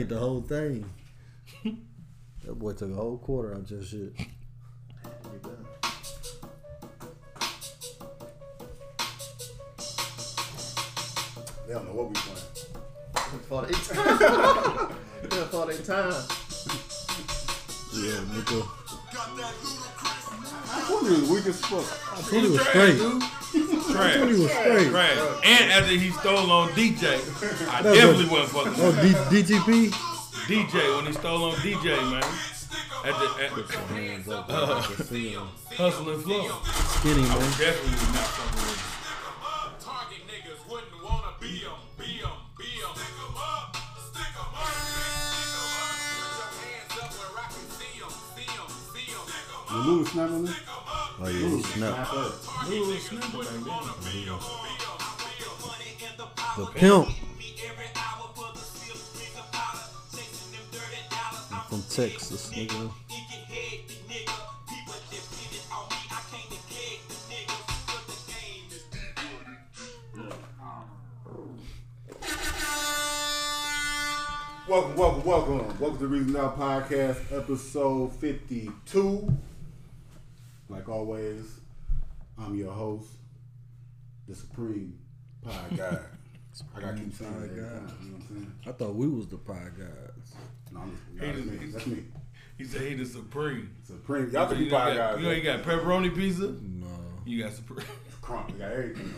Ate the whole thing. that boy took a whole quarter out your shit. Be done. They don't know what we playing. Thought eight times. Thought eight times. Yeah, nigga. I told you it was weak as fuck. I told you it was straight. I told Trash. you it was straight. Trash. And after he stole on DJ, I That definitely was- wasn't fucking Oh, with D- DTP? DJ when he stole on DJ, man. At the, at the Hands up. I can see him. hustle and flow. Skinny, man. Definitely was not fucking with him. Target niggas wouldn't wanna be 'em, be 'em, be 'em. Stick 'em up, stick 'em up, stick 'em up. Put your hands up where I can see 'em, see 'em, see 'em. Stick 'em You lose snap on this? Oh, yeah, he snapped. Snap up. The pimp from Texas, nigga. Welcome, welcome, welcome. Welcome to Reason Now Podcast, episode 52. Like always, I'm your host, the Supreme Pie Guy. I gotta keep saying that every Pie time, you know what I'm saying? I thought we was the pie guys. No, I'm just, no, that's me. That's me. He said he the supreme. Supreme. Y'all can You be know, Pie you got, Guys. you know you got pepperoni pizza. No. You got supreme. crunk. We got everything.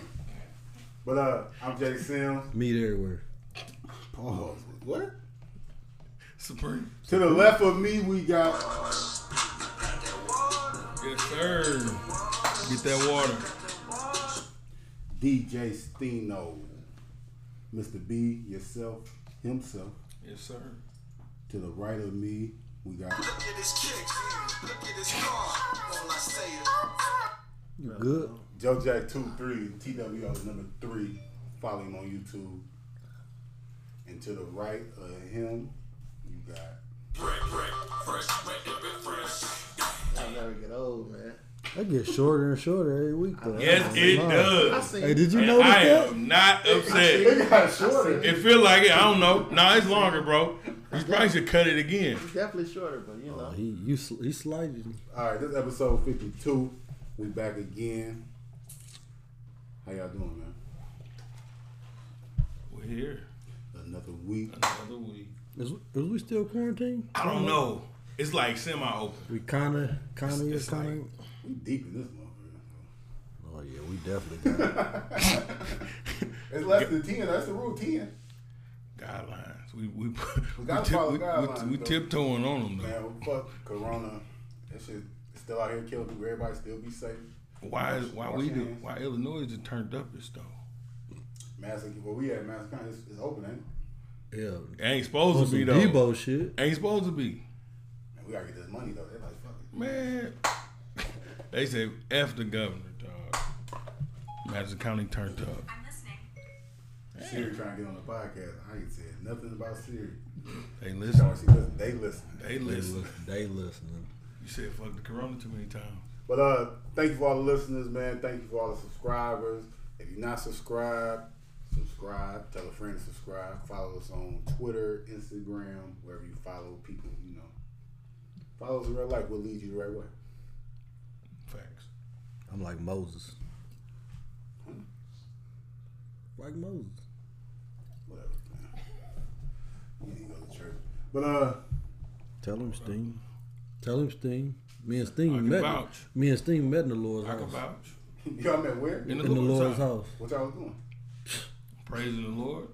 But uh, I'm Jay Sims. Meat everywhere. Pause. What? Supreme. To the left of me, we got Yes, sir. Get that water. DJ Steno, Mr. B, yourself, himself. Yes, sir. To the right of me, we got Look at his kicks. Look at his car. All I say is. You good? Joe Jack Two Three TWO number three. Follow him on YouTube. And to the right of him, you got Brick, brick, fresh, wet, and bit fresh. I never get old, man. That gets shorter and shorter every week, though. Yes, it Wow. I does. seen. Hey, did you And notice I that? am not upset. They got shorter. It feel like it. I don't know. Nah, it's longer, bro. You probably should cut it again. It's definitely shorter, but you know. He you sl- he slighted me. All right, this is episode 52. We back again. How y'all doing, man? We're here Another week. another week. Is, is we still quarantined? I don't know. It's like semi-open. We kind of, kind of, it's kind of. We deep in this motherfucker. Oh yeah, we definitely got it. It's less than 10. That's the rule 10. Guidelines. We we we, gotta tip- follow we- guidelines, we though. tiptoeing on them though. Man, well, fuck Corona. That shit is still out here killing people. Everybody still be safe. Why is why Wash we your do hands. why Illinois is turned up is though. Mass, where we at, Mass County, it's, it's open, ain't it? Yeah, It ain't supposed on to some be though. Debo shit. Ain't supposed to be. Man, we gotta get this money, though. They're like, fuck it. Man, they say f the governor, dog. Madison County turned up. I'm listening. Siri trying to get on the podcast. I ain't said nothing about Siri. They No, listen. she listen. They listen. They They, listen. lis- they listening. You said fuck the corona too many times. But uh, thank you for all the listeners, man. Thank you for all the subscribers. If you're not subscribed, subscribe. Tell a friend to subscribe. Follow us on Twitter, Instagram, wherever you follow people. You know, follow us in real life. We'll lead you the right way. Facts. I'm like Moses. Like Moses. Whatever. Man. You need to go to church. But uh, Tell him Sting. Tell him Sting. Me and Sting I can met. vouch. Me and Sting met in the Lord's I can house. vouch. y'all met where? In the, In the Lord's Lord's, house. house. What y'all was doing? Praising the Lord.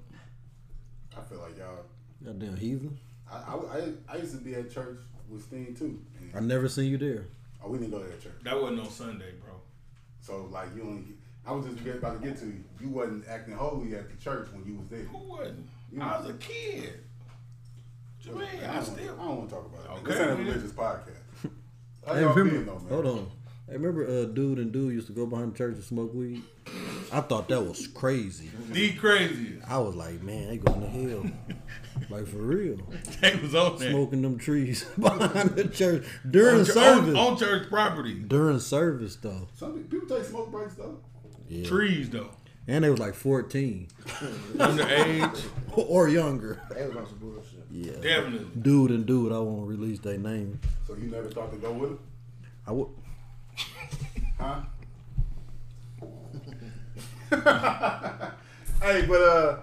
I feel like y'all. Goddamn heathen. I, I, I, I used to be at church with Steen too. I And, never seen you there. oh, we didn't go to that church. That wasn't on Sunday, bro. So like you only, I was just about to get to you. You wasn't acting holy at the church when you was there. Who wasn't? You I was- was a kid. What I you mean? don't, I wanna- I still. don't want to talk about it. Okay. This ain't a religious podcast. How Hey, y'all remember, been though, man? hold on. Hey, remember, uh, dude and dude used to go behind the church and smoke weed. I thought that was crazy. The craziest. I was like, man, they going to hell. like for real, They was on there. smoking them trees behind the church during on, chur- service. on, on church property. During service, though. Some people take smoke breaks though. Yeah. Trees though. And they was like 14 Underage, or younger. They was on some bullshit. Yeah. definitely. Dude and dude, I won't release their name. So you never thought to go with it, I would. huh? hey, but uh,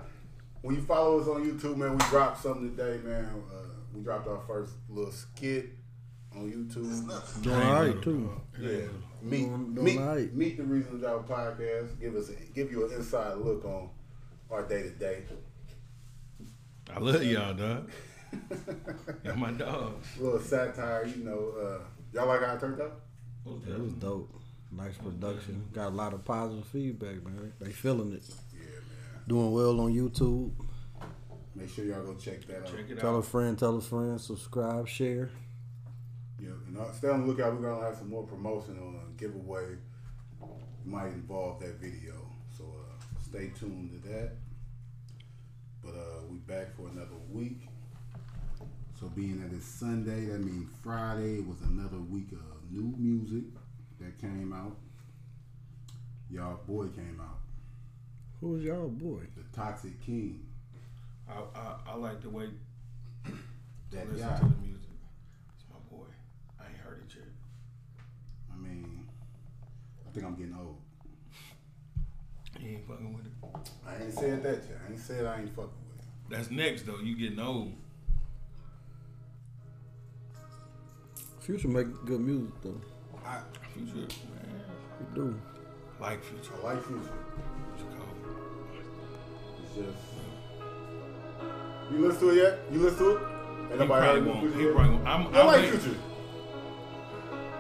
when you follow us on YouTube, man, we dropped something today, man. Uh, we dropped our first little skit on YouTube. Doing I ain't all know. right, too. Yeah. Meet, Doing- doing meet, alright. meet the Reason to Drive podcast. Give us, a, give you an inside look on our day to day. I love y'all, dog. Y'all my dogs. Little satire, you know. Uh, y'all like how it turned out? It was dope. Nice production. Got a lot of positive feedback, man. They feeling it. Yeah, man. Doing well on YouTube. Make sure y'all go check that out. Check it Tell a out. friend, tell a friend, subscribe, share. Yeah, and uh, stay on the lookout. We're gonna have some more promotion on a giveaway. Might involve that video, so uh, stay tuned to that. But uh, we back for another week. So being that it's Sunday, that means Friday was another week of new music that came out. Y'all boy came out, Who's y'all boy? the Toxic King. I, I, I like the way to That listen guy. to the music. It's my boy. I ain't heard it yet. I mean, I think I'm getting old. He ain't fucking with it. I ain't said that yet. I ain't said I ain't fucking with. it. That's next though. You getting old. Future make good music though. I, Future, man. He do. Like future. I like music. It's called. It's just you listen to it yet? You listen to it? Ain't He probably heard won't. Future He yet? probably won't. I'm, I I'm like waiting. Future.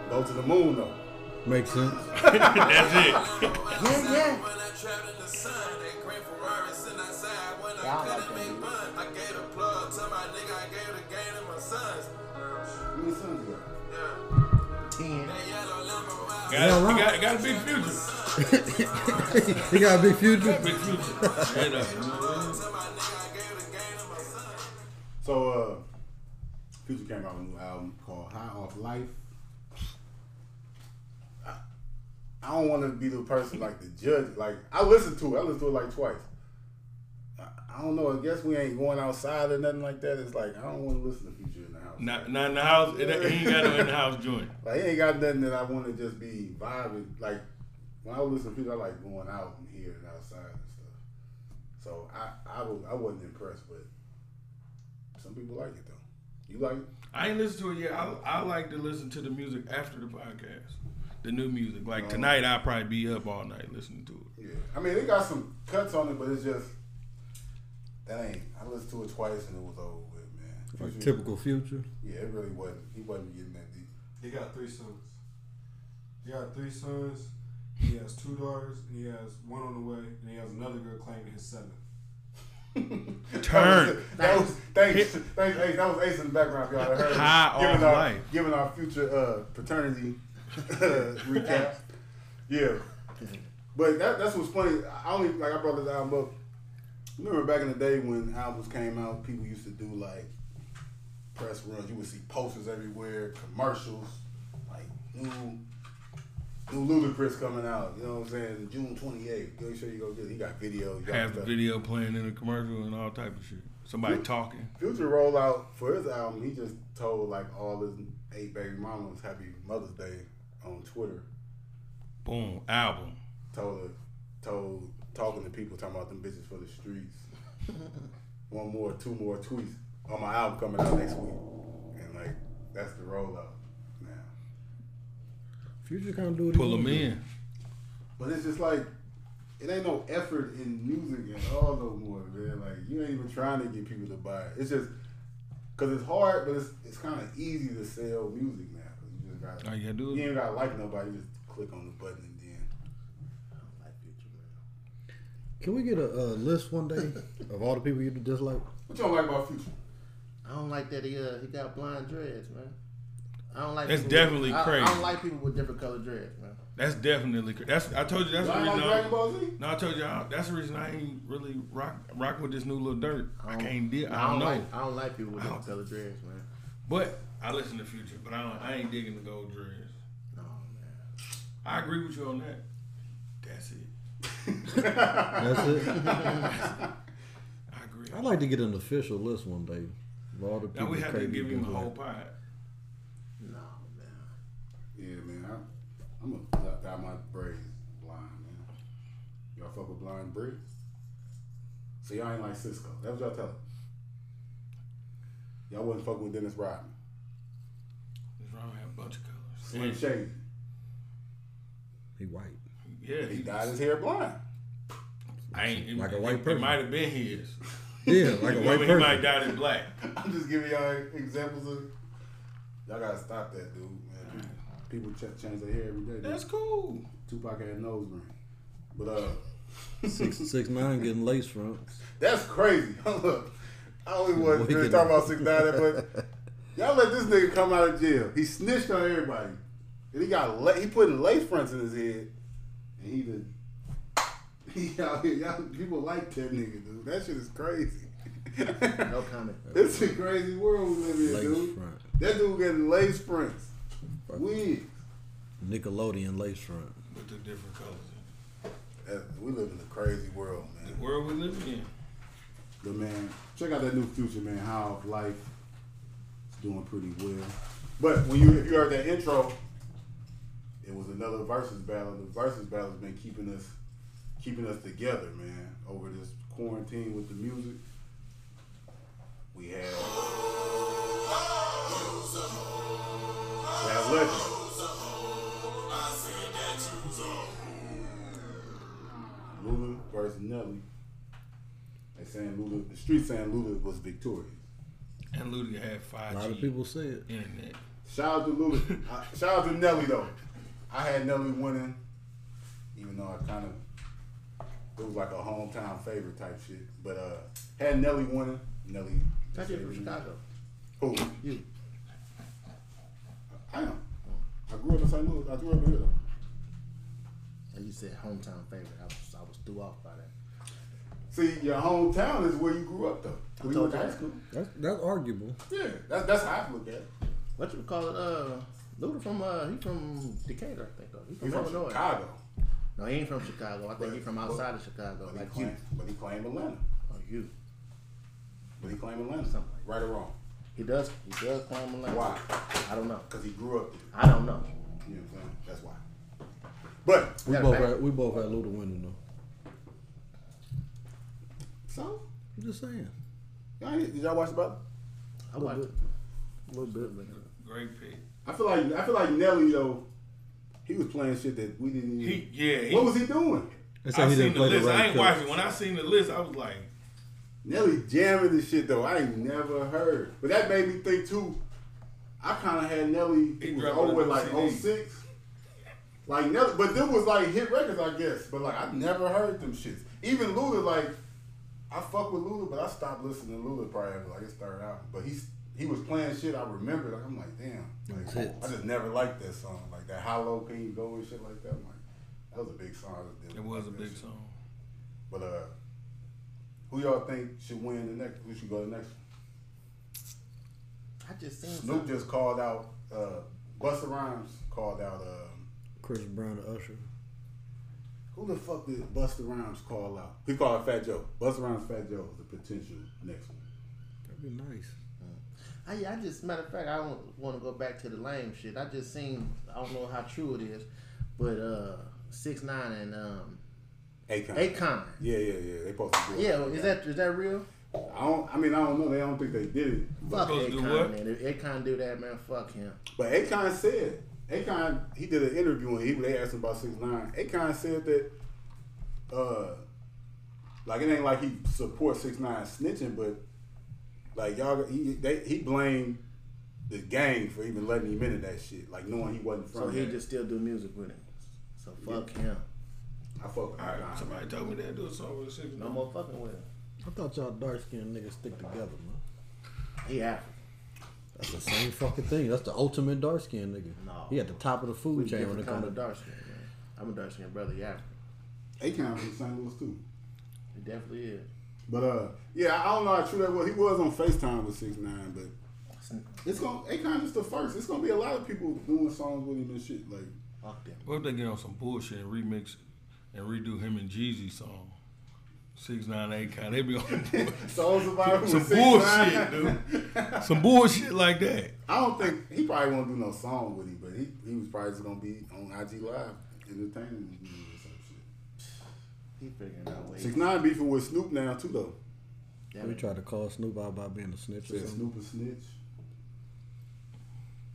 Go to the moon though. Makes sense. That's it. Yeah, yeah. When I travel in the sun, that grand Ferrari sitting outside when I Yeah, I like couldn't that make music. fun. I gave the plug to my nigga, I gave the game to my sons. How many sons you got? Yeah. Ten. That yellow Lambo out. Got, he got, got a big future. he got a big future. Got a big future. Straight up. To my nigga, I gave the game to my sons. So uh Future came out with a new album called High Off Life. I- I don't want to be the person like the judge. Like I listened to it. I listened to it like twice. I, I don't know. I guess we ain't going outside or nothing like that. It's like I don't want to listen to Future in the house. Not, not in the house. It, he ain't got no in the house joint. Like, he ain't got nothing that I want to just be vibing. Like, when I listen to people, I like going out and hearing outside and stuff. So, I, I, was, I wasn't impressed, but some people like it, though. You like it? I ain't listened to it yet. I, I like to listen to the music after the podcast, the new music. Like tonight, I'll probably be up all night listening to it. Yeah. I mean, it got some cuts on it, but it's just, that ain't, I listened to it twice and it was over with, man. Like typical future. Yeah, it really wasn't. He wasn't getting that deep. He got three sons. He got three sons. He has two daughters, and he has one on the way, and he has another girl claiming his seventh. Turn. That was thanks, thanks, Ace. That was Ace in the background, if y'all. Heard. High giving off our, life. Giving our future uh, paternity uh, recap. Yeah, but that, that's what's funny. I only like I brought this album up. Remember back in the day when albums came out, people used to do like press runs. You would see posters everywhere, commercials, like new. New Ludacris coming out, you know what I'm saying? June 28th. Make sure you go get it. He got videos. he got Have the stuff. video playing in a commercial and all type of shit. Somebody talking. Future rollout for his album, he just told like all his eight baby mamas happy Mother's Day on Twitter. Boom. Album. Told her, told talking to people talking about them bitches for the streets. One more, two more tweets on my album coming out next week, and like that's the rollout now. Future kind of do what he Pull them wanna do. in. But it's just like it ain't no effort in music at all no more, man. Like you ain't even trying to get people to buy it. It's just because it's hard, but it's it's kind of easy to sell music now. 'cause You just got All you gotta do You is ain't gotta like nobody. You just click on the button and then. Like Future, man. Can we get a, uh list one day of all the people you dislike? What y'all like about Future? I don't like that he uh, he got blonde dreads, man. I don't like. That's people with- definitely I, crazy. I don't like people with different color dreads, man. that's definitely cr- that's. I told you that's the Y'all like reason. Dragon I, Ball Z? no, I told you I, that's the reason I ain't really rock rock with this new little dirt. I, don't- can't deal. I don't, know. Like, I don't like people with different color dreads, man. But I listen to Future. But I don't, I ain't digging the gold dreads. No, man. I agree with you on that. That's it. That's it. I agree. I'd like to get an official list one day. Of All the Now people we have to Craig give him a Beacon's whole like. pot. No, man. Yeah, man. I, I'm a duck out my braids blind, man. Y'all fuck with blind braids? So y'all ain't like Cisco. That was y'all telling. me. Y'all wasn't fucking with Dennis Rodman. This round had a bunch of colors. Slim Shady. He white. yeah, He he, dyed his hair blind. I ain't, it, Like a white it- It person. might have been his. Yeah, like a You white know, he might person. have dyed it black. I'm just giving y'all examples of. Y'all gotta stop that, dude. Man. People ch- change their hair every day. dude. That's cool. Tupac had a nose ring, but uh, Six six nine getting lace fronts. that's crazy. Look, I only was Wicked. really talking about six nine, but y'all let this nigga come out of jail. He snitched on everybody, and he got la- he putting lace fronts in his head, and he did. He out here, y'all people like that nigga, dude. That shit is crazy. No comment. It's a crazy world we live in, Lace dude. front. That dude getting lace fronts. We Nickelodeon lace front. With the different colors. in we live in a crazy world, it. man. The world we live in. The man, check out that new future, man. How life is doing pretty well. But when you if you heard that intro, it was another versus battle. The versus battle's been keeping us keeping us together, man. Over this quarantine with the music, we had that legend. Lula versus Nelly. They saying Lula, the street saying Lula was victorious. And Ludwig had A five lot of people say it. internet. Shout out to Lula. I, shout out to Nelly though. I had Nelly winning, even though I kind of it was like a hometown favorite type shit. But uh, had Nelly winning. Nelly. That kid from Chicago. Who? You. I am. I grew up in St. Louis. I grew up here though. And you said hometown favorite. I was, I was threw off by that. See, your hometown is where you grew up though. Where you went told to you. high school. That's that's arguable. Yeah, that, that's how I look at it. What you call it? Uh, Luda from uh, he from Decatur, I think. Though. He from He's from Illinois. Chicago. No, he ain't from Chicago. I think he from outside of Chicago, But he, like you. claimed, but he claimed Atlanta. Or you. But he claimed Atlanta. Something like right or wrong. He does. He does claim a language. Why? I don't know. Because he grew up there. I don't know. You know what I'm saying? That's why. But We Matter both of fact- had, we both had Luda winning though. so I'm just saying. y'all did y'all watch the battle? I watched it. A little bit. Great pick. I feel like I feel like Nelly though, he was playing shit that we didn't. Even, He, yeah. He, what was he doing? They say I he seen didn't the play the list. I right ain't cut. watching. When I seen the list, I was like, Nelly jamming this shit though. I ain't never heard. But that made me think too. I kind of had Nelly. He It was dropped over with a like CD. 06. Like Nelly, but them was like hit records, I guess. But like I never heard them shits. Even Luda, like I fuck with Luda, but I stopped listening to Luda probably after like his third album. But he's he was playing shit I remember. Like, I'm like, damn. Like, Those hits. I just never liked that song. Like that How Low Can You Go and shit like that. I'm like, that was a big song. I just didn't it was a like that big shit. song. But uh, who y'all think should win the next? Who should go to the next? one? I just seen Snoop something. just called out. Uh, Busta Rhymes called out. Um, Chris Brown to Usher. who the fuck did Busta Rhymes call out? He called Fat Joe. Busta Rhymes, Fat Joe is the potential next one. That'd be nice. I, I just matter of fact, I don't want to go back to the lame shit. I just seen. I don't know how true it is, but uh, six nine and um, Akon. Akon. Yeah, yeah, yeah. They supposed to do it. Yeah, is that is that real? I don't. I mean, I don't know. They don't think they did it. Fuck supposed to do Akon, what? man. If Akon do that, man, fuck him. But Akon said Akon he did an interview and he they asked him about six nine. Akon said that uh like it ain't like he supports six nine snitching, but like y'all he they, he blamed the gang for even letting him into that shit, like knowing he wasn't So from he that. just still do music with him. So fuck him. I fuck with All right, Akon. somebody told me that do a song with a six. No more fucking with him. I thought y'all dark skinned niggas stick together, man. He African. That's the same fucking thing. That's the ultimate dark skinned nigga. No. He at the top of the We food chain when different it kind comes of to dark. dark skin, man. I'm a dark skin brother. He African. Akon from St. Louis too. He definitely is. But uh yeah, I don't know how true that was. He was on FaceTime with six nine, but it's gonna Akon is the first. It's gonna be a lot of people doing songs with him and shit. Like Fuck them. What if they get on some bullshit and remix and redo him and Jeezy song. Six nine eight kind. They be on Soul Survivor Some with Six Nine. bullshit, some bullshit like that. I don't think he probably won't do no song with him, but he, he was probably just gonna be on IG Live entertaining me or some shit. He figuring out ways. Six Nine beefing with Snoop now too though. We tried to call Snoop out by being a snitch or Said something. Snoop a snitch.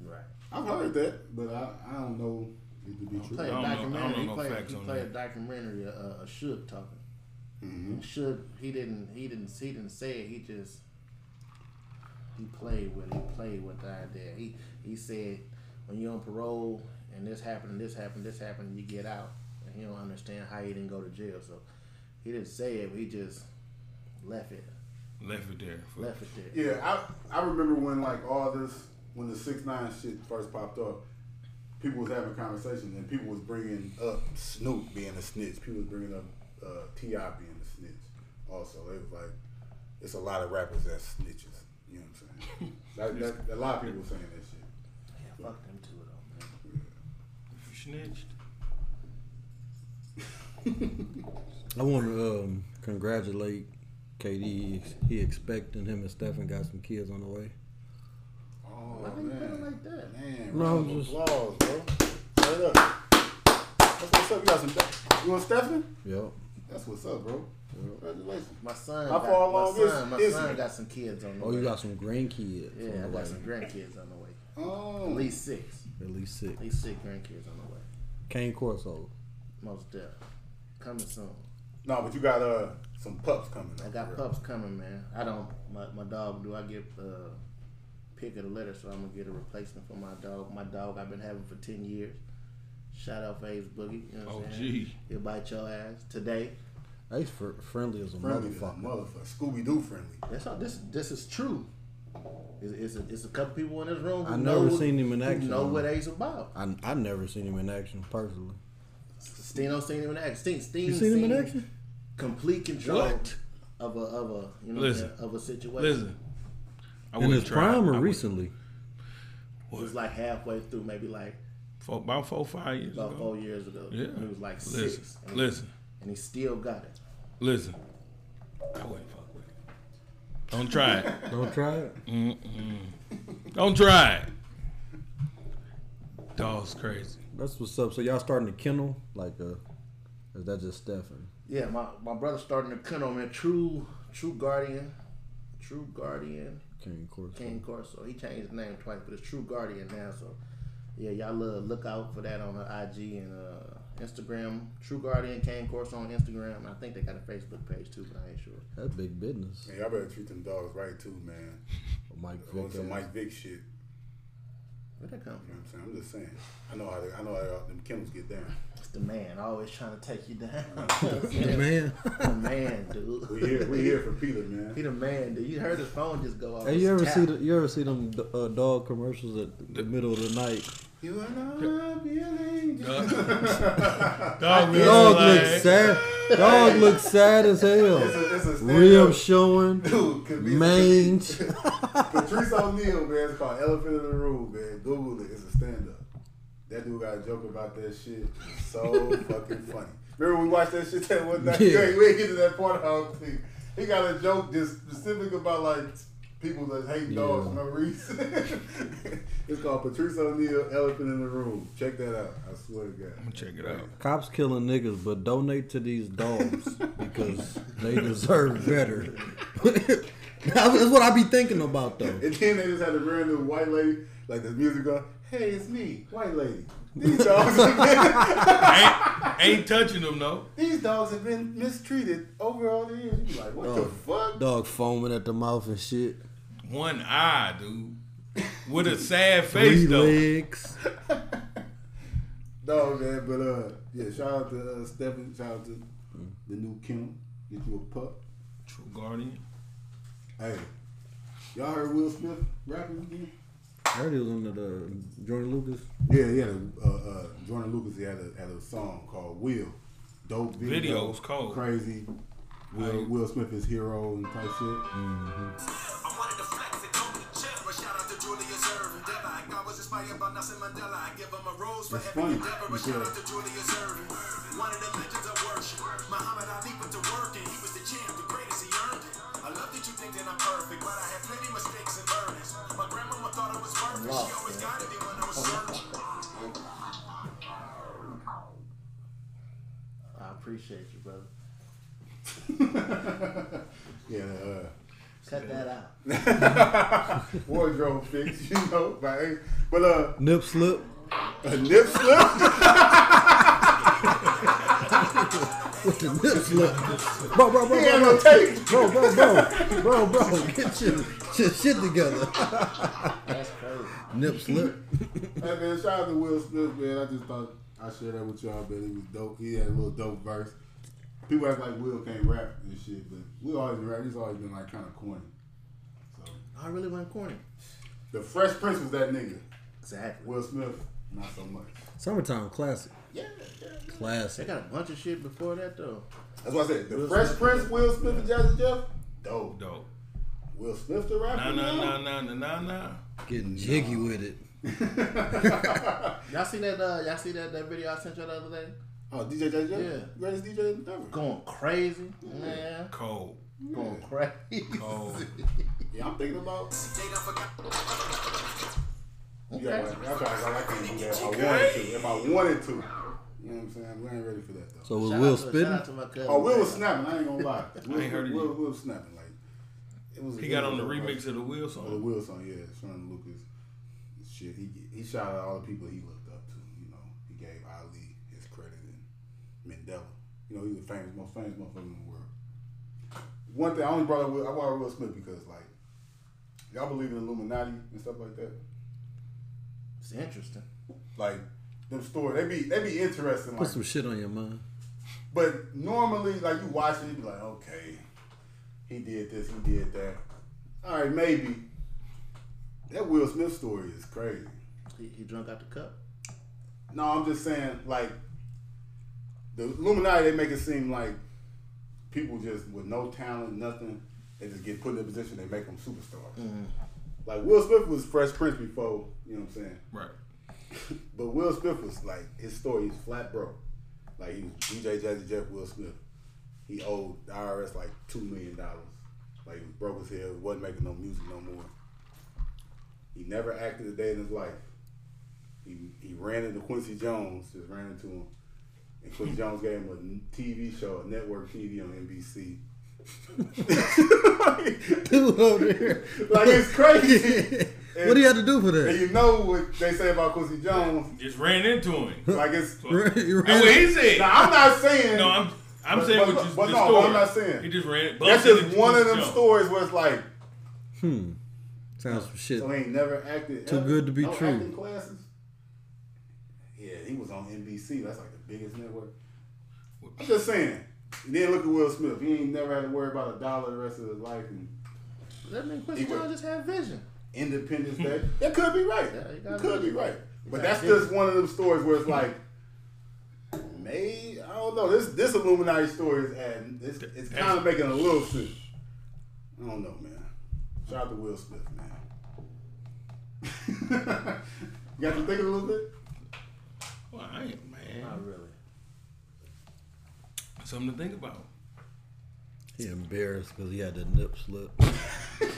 Right. I've heard that, but I, I don't know if it be He true. played a I don't know- I don't documentary. know He no played, facts he on played a that. documentary. Uh, uh, Suge talking. Mhm. Should he didn't he didn't he didn't say it. He just he played with it. He played with the idea. He he said when you're on parole and this happened, this happened, this happened, you get out. And he don't understand how he didn't go to jail. So he didn't say it. But he just left it. Left it there. For, Left it there. Yeah, I I remember when like all this when the six nine shit first popped up, people was having conversations and people was bringing up Snoop being a snitch. People was bringing up uh, Ti being a snitch. Also, it was like it's a lot of rappers that snitches. You know what I'm saying? that, that, a lot of people saying that shit. Yeah, fuck them two though, man. If you snitched. I want to um, congratulate KD. He expecting him and Stephen got some kids on the way. Oh Why they put it like that? man, No, round I'm of just- applause, bro. Straight up. That's what's up. You got some. You want Stefan? Yep. That's what's up, bro. Congratulations. My son, How got, far along my is- son, my is son it? got some kids on the Oh, way. you got some grandkids. on yeah, I the way. got some grandkids on the way. Oh, At least six. At least six. At least six grandkids on the way. Kane Corso. Most definitely. Coming soon. No, but you got uh some pups coming. I up, got bro. pups coming, man. I don't. My, my dog. Do I get uh, pick of the litter? So I'm gonna get a replacement for my dog. My dog I've been having for ten years. Shout out for Ace Boogie. You know what Oh I'm saying? gee. He'll bite your ass today. He's fr- friendly as a Friendly, motherfucker. motherfucker. Scooby Doo friendly. That's all. This this is true. It's, it's, a, it's a couple people in this room. Who I never know, seen him in who action, Know though. what Ace about? I I never seen him in action personally. Steno seen him in action. Steen, Steen You seen him in seen action? Complete control What? of a of a you know Listen. of a situation. Listen. I In wouldn't his try. prime I or wouldn't- recently? It was like halfway through, maybe like For, about four five years about ago. four years ago. Yeah. When he was like listen, six. And he- Listen. And he still got it. Listen. I wouldn't fuck with it. Don't try it. Don't try it. Don't try it. Dog's crazy. That's what's up. So y'all starting to kennel? Like, uh, is that just Stefan? Yeah, my, my brother starting to cut on man. True True Guardian. True Guardian Kane Corso. King Corso. He changed his name twice, but it's True Guardian now, so yeah, y'all love, look out for that on her IG and uh, Instagram. True Guardian King Corso on Instagram. And I think they got a Facebook page too, but I ain't sure. That's big business. Man, y'all better treat them dogs right too, man. Mike On some Vick. Mike Vick shit. You Where'd that come know what I'm from? saying? I'm just saying. I know how they, I know how y'all- them kennels get down. It's the man always trying to take you down. Man, the man, dude. We here we here for Peter, man. He the man, dude. You heard his phone just go off. hey, It's you ever tap. see the, you ever see them d- uh, dog commercials at the middle of the night? You are not be an angel. Dog, dog, be Dog like- looks sad. Dog looks sad as It's hell. a, it's a stand-up. Ribs showing, Dude, could be- mange. Patrice O'Neal, man, it's called Elephant in the Room, man. Google it. It's a stand up. That dude got a joke about that shit. It's so fucking funny. Remember we watched that shit that one night? Yeah. You ain't- we ain't get to that part of thing. He got a joke just specific about like people that hate dogs for no reason. it's called Patrice O'Neal, Elephant in the Room. Check that out. I swear to I'm God. gonna check it out. Cops killing niggas, but donate to these dogs because they deserve better. That's what I be thinking about though. And then they just had a random white lady, like the music on. Hey, it's me, white lady. These dogs. ain't, ain't touching them though. These dogs have been mistreated over all the years. You be like, what the Dog. fuck? Dog foaming at the mouth and shit. One eye, dude, with a sad Three face though. legs. No, man, but uh, yeah, shout out to uh, Stephen, shout out to the new Kim. Get you a pup. True guardian. Hey, y'all heard Will Smith rapping again? I heard he was under the Jordan Lucas. Yeah, he had a, uh, uh, Jordan Lucas, he had a, had a song called Will. Dope video. Video's cold. Crazy. Will, Right. Will Smith is hero and type shit. I wanted to flex and don't be chill, but shout out to Julius Irving. Never act I was his inspired by Nelson Mandela. I give him a rose for That's every funny. endeavor. A You shout said- out to Julius Erving. One of the legends of worship. Muhammad Ali put to work and he was the champ, the greatest, he earned it. I love that you think that I'm perfect, but I had plenty mistakes and burdens. My grandmama thought I was perfect. She Lost, always man. guided me when I was searching. I appreciate you, brother. Yeah, uh, Cut that out. wardrobe fix, you know. By, but uh, Nip slip. a nip slip. With the nip slip. Bro, bro, bro, He ain't bro, no bro. tape. Bro, bro, bro. Bro, bro. Get your, your shit together. That's crazy. Nip slip. Hey man, shout out to Will Smith, man. I just thought I'd share that with y'all, man. It was dope. He had a little dope verse. People act like Will can't rap and shit, but Will always been rap. He's always been like kind of corny. So I really went corny. the Fresh Prince was that nigga. Exactly. Will Smith, not so much. Summertime classic. Yeah, yeah. They Classic. got a bunch of shit before that though. That's what I said. The Fresh Prince, Will Smith, and Jazzy Jeff. Dope. Dope. Will Smith the rapper. Nah, nah, man? nah, nah, nah, nah, nah. Getting jiggy with it. Y'all seen that? Uh, y'all see that, that video I sent y'all the other day? Oh, DJ Jazzy Jeff. Yeah. Greatest DJ ever. Going crazy, man. Cold. Going crazy. Oh, Cold. Yeah, I'm thinking about. They done forgot. Yeah, right. Okay. I feel like I can do that. if I wanted to. If I wanted to. You know what I'm saying? We ain't ready for that though. So was Shout Will out to- shout spitting? out to my cousin. Oh, Will was snapping. I ain't gonna lie. Will, ain't heard of Will, you. Will was snapping. Like it was. He got on the it was- remix of the Will of the song. Will song. Yeah, it's from Lucas. Shit, he he shouted out all the people he looked up to. You know, he gave Ali his credit and Mandela. You know, he's the famous, most famous motherfucker in the world. One thing I only brought up Will, I brought up Will Smith because like y'all believe in Illuminati and stuff like that. It's interesting. Like them stories, they be they be interesting. Put Like some shit on your mind. But normally, like you watch it, you be like, okay, he did this, he did that. All right, maybe. That Will Smith story is crazy. He, he drunk out the cup. No, I'm just saying, like, the Illuminati, they make it seem like people just with no talent, nothing, they just get put in a position, they make them superstars. Mm-hmm. Like, Will Smith was Fresh Prince before, you know what I'm saying? Right. But Will Smith was like his story is flat broke. Like he was DJ Jazzy Jeff Will Smith. He owed the IRS like two million dollars. Like he was broke as hell. wasn't making no music no more. He never acted a day in his life. He he ran into Quincy Jones. Just ran into him. And Quincy Jones gave him a TV show, a network TV on NBC. Dude over there. Like it's crazy. what do you have to do for And that? you know what they say about Quincy Jones? Just ran into him. Like it's. You That's what ran- he said. Now I'm not saying. No, I'm I'm But- saying but- what you but the no, but story. I'm not saying. He just ran. That's bumped into just one of Quincy them Jones. stories where it's like, Sounds some shit. so he ain't never acted. Too ever? good to be no true. Acting classes. Yeah, he was on NBC. That's like the biggest network. I'm just saying. And then look at Will Smith. He ain't never had to worry about a dollar the rest of his life. And That man Quincy He was- Jones just had vision. Independence Day. That could be right. Yeah, you It gotta could be- be right. But gotta that's be. just one of them stories where it's like, may I don't know. This this Illuminati story is adding. It's, it's kind of making a little sense. I don't know, man. Shout out to Will Smith, man. you got to think a little bit. Well, I ain't man. Not really. Something to think about. He embarrassed because he had the nip slip. It's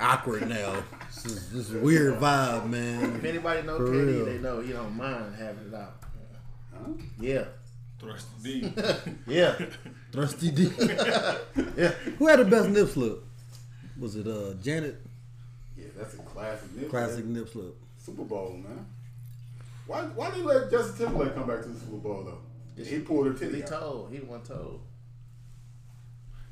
awkward now. This is, this is weird vibe, If man. anybody know For KD, real. they know he don't mind having it out. Huh? Yeah, Thrust D. yeah. Thrusty D. Who had the best nip slip? Was it uh Janet? Yeah, that's a classic. nip. Classic nip slip. Super Bowl, man. Why why did let Justin Timberlake come back to the Super Bowl though? He pulled her He titty out. told. He wasn't told.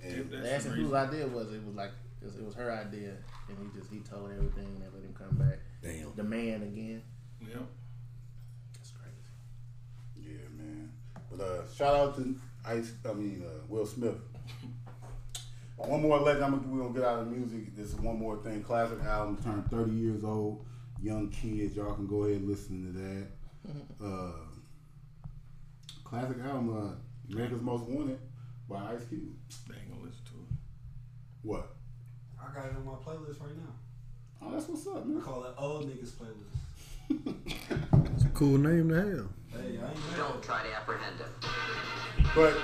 And They That's asked the him whose reason. idea was it. It was like it was, it was her idea, and he just he told everything. And they let him come back. Damn. The man again. Yep. That's crazy. Yeah, man. But uh, shout out to Ice. I mean uh, Will Smith. One more legend. I'm gonna, we gonna get out of music. This is one more thing. Classic album turned 30 years old. Young kids, y'all can go ahead and listen to that. Uh, classic album, uh, America's Most Wanted by Ice Cube. They ain't gonna listen to it. What? I got it on my playlist right now. Oh, that's what's up, I man. call it Old Niggas Playlist. cool name to have. Hey, I ain't mad. Don't try to apprehend him. But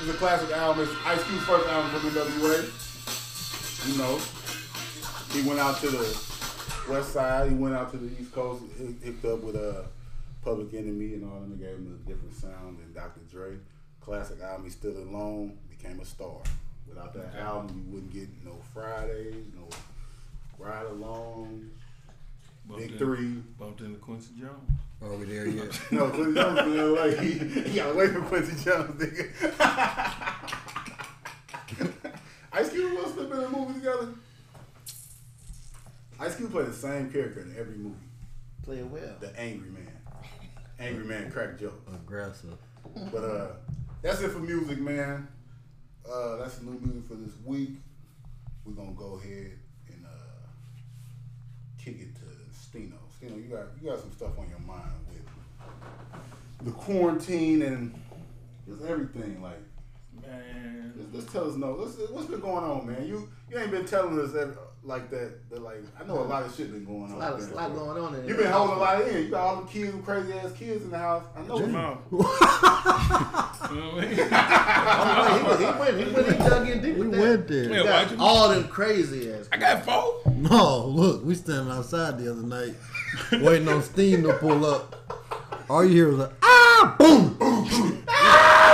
it's a classic album. It's Ice Cube's first album from NWA. You know, he went out to the West Side. He went out to the East Coast. He hooked up with uh, Public Enemy and all them. They gave him a different sound than Dr. Dre. Classic album. He's still alone. Became a star. Without that album, you wouldn't get no Fridays, no Ride Along, Bumped Big in- Three. Bumped into Quincy Jones. Are we there yet? No, Quincy Jones was in LA. He, he got away from Quincy Jones, nigga. Ice Cube and Will Smith been in a movie together. Ice Cube played the same character in every movie. Play it well. The angry man. Angry man crack joke. Aggressive. But uh that's it for music, man. Uh that's the new music for this week. We're gonna go ahead and uh kick it to Stino. Stino, you got you got some stuff on your mind with the quarantine and just everything. Like Man, just, just tell us no. What's, what's been going on, man? You you ain't been telling us ever, like that. But like I know a lot of shit been going on. A lot, of, a lot going on in You've there. been holding a lot in. You got all the kids, crazy ass kids in the house. I know. come you- on. You know what I mean? He went, he went, he went, he dug in deep We with that. went Yeah, there. Got why'd you- all them crazy ass. I got four. No, look, we standing outside the other night waiting on Steam to pull up. All you hear was a ah boom boom boom. Ah!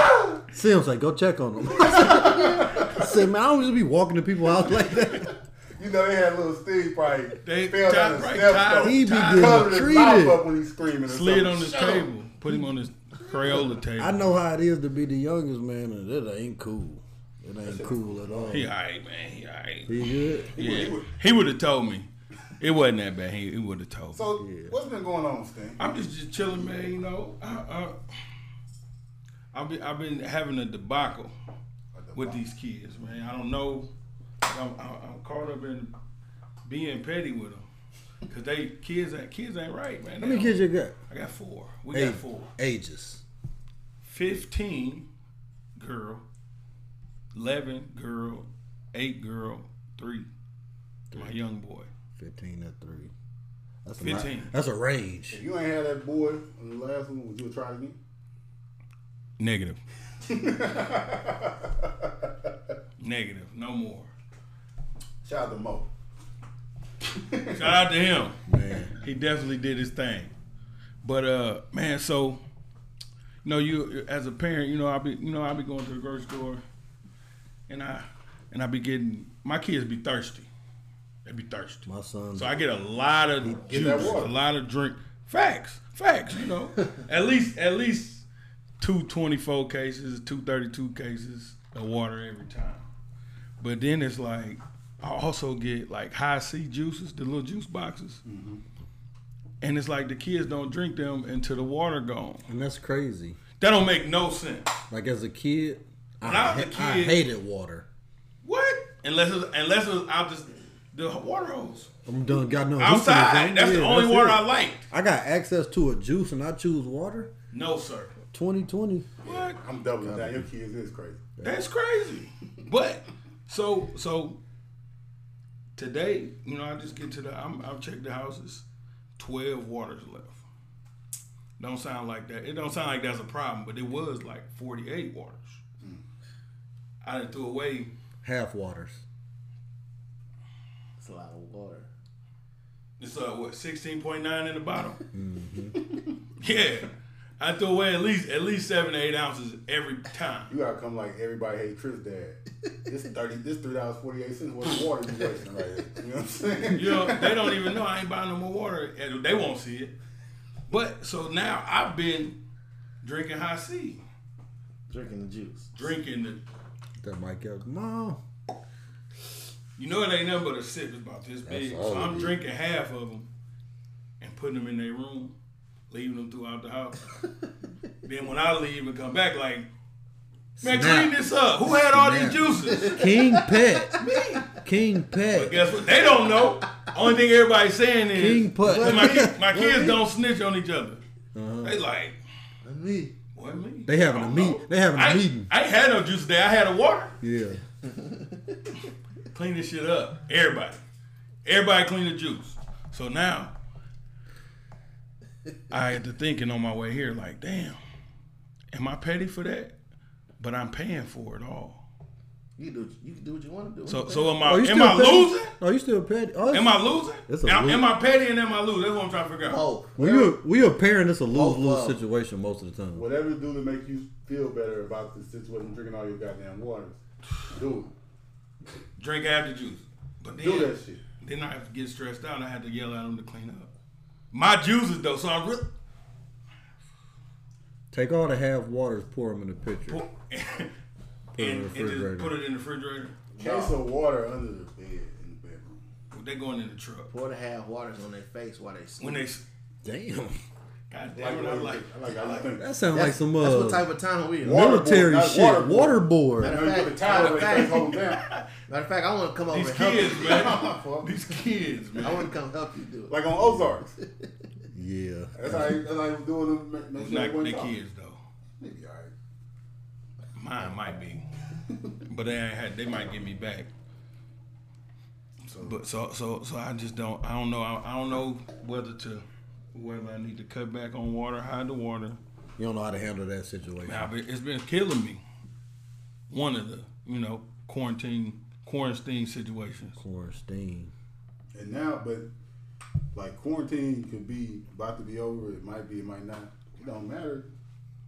Sim's like, go check on them. I said, man, I don't just be walking to people's house like that. You know they had little Steve probably They fell down the tied- right, steps. tied- though. He be Tired. getting Covered his mouth up treated. when he's screaming. Or Slid something. on his Shut up. table. Put him on his Crayola table. I know how it is to be the youngest man, and it ain't cool. It ain't cool at all. He alright, man. He alright. He good? Yeah. would- He would have told me. It wasn't that bad. He, he would have told me. So what's been going on, Sting? I'm just, just chilling, man. You know, I, I, I've been I've been having a debacle with these kids, man. I don't know. I'm, I'm I'm caught up in being petty with them because they kids ain't kids ain't right, man. How many kids you got? I got four. We Hey, got four. ages. 15 girl 11 girl 8 girl 3 my young boy 15 at 3. That's a, 15. lot- that's a range. If you ain't had that boy on the last one, would you have tried again? negative negative no more Shout out to Mo. shout out to him Man. he definitely did his thing but uh man so you know you as a parent you know i'll be you know i'll be going to the grocery store and i and i be getting my kids be thirsty they be thirsty My son. So I get a lot of Get juice, that a water. lot of drink. Facts, facts. You know, at least at least two twenty four cases, two thirty two cases of water every time. But then it's like I also get like high C juices, the little juice boxes, Mm-hmm. and it's like the kids don't drink them until the water gone. And that's crazy. That don't make no sense. Like as a kid, When I I, was a ha- I kid- hated water. What? Unless it's, unless it's, I'll just the water hose I'm done. Got no outside. That's the only water I. I liked. I got access to a juice and I choose water. No sir. 2020. What? I'm doubling down. Your kids is crazy. That's crazy. But so so today, you know, I just get to the I'm I've checked the houses, twelve waters left. Don't sound like that. It don't sound like that's a problem, but it was like forty eight waters. I done threw away Half waters. It's a lot of water. it's uh what sixteen point nine in the bottle. yeah. I threw away at least at least seven to eight ounces every time. You gotta come like everybody hate Chris dad. This thirty, this three dollars forty eight cents worth of water you wasting right here. You know what I'm saying? You know, they don't even know I ain't buying no more water. and They won't see it. But so now I've been drinking high C, Drinking the juice. drinking the. That might get mom. You know it ain't nothing but a sip. It's about this big. all So it I'm is. drinking half of them and putting them in their room, leaving them throughout the house. then when I leave and come back, like, man, clean Snap. this up. Who had all these Snap. juices? King Pet. King Pet. Guess what? They don't know. Only thing everybody's saying is King Put. my, ki- my kids don't snitch on each other. They like. That's me. What me? They having a I don't meet- know. they having a I ain't- meeting. I ain't had no juice today. I had a water. Yeah. Clean this shit up. Everybody, everybody clean the juice. So now I had to thinking on my way here, like, damn, am I petty for that? But I'm paying for it all. You can do you can do what you want to do. So, so am I? Are Oh, you Am still I petty? losing? Are you still petty? Oh, Am I losing? It's a am, lose. am I petty and am I losing? That's what I'm trying to figure out. oh, When you when you're a parent, it's a lose of lose 'em. situation most of the time. Whatever you do to make you feel better about the situation, drinking all your goddamn waters, do Drink after juice. But it. then, Do that shit. then I have to get stressed out. I had to yell at him to clean up. My juices though, so I really. Take all the half waters, pour them in the pitcher. and, it in the and just refrigerator. put it in the refrigerator. Case of water under the bed in the bedroom. They're going in the truck. pour the half waters on their face while they sleep. When they, Damn, God I damn it, I like, like. I like, I like, that sounds like that's, some that's uh, what type of time we in. Water boy, military not shit. Waterboard. water Matter Now you of put a fact, towel over their face, matter hold of them down. fact, I want to come over These and help kids, you. man. These kids, I man. want to come help you do it. Like on Ozarks. Yeah, That's how you, that's how you do it. to make- Make It's sure not everyone the talk. kids though. They be all right. Mine might be, but they ain't had. They might get me back. So, but so so so I just don't. I don't know. I, I don't know whether to whether I need to cut back on water, hide the water. you don't know how to handle that situation. Now but it's been killing me. One of the you know quarantine quarantine situations. Quarantine. And now, but like quarantine could be about to be over. It might be, it might not. It don't matter.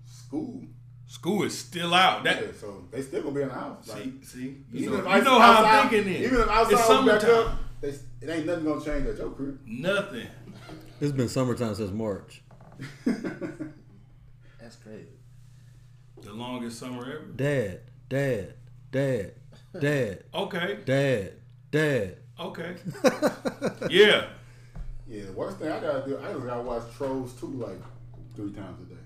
School. School is still out. That Yeah, so they still gonna be in the house. Like, see see. even You know, if you ice- know how outside- I'm thinking. Then. Even if outside it's was back summertime. up, they, it ain't nothing gonna change at your crib. Nothing. It's been summertime since March. That's crazy. The longest summer ever. Dad, dad, dad, dad, Okay. dad, dad. Okay. yeah. Yeah, the worst thing I gotta do, I just gotta watch Trolls 2 like three times a day.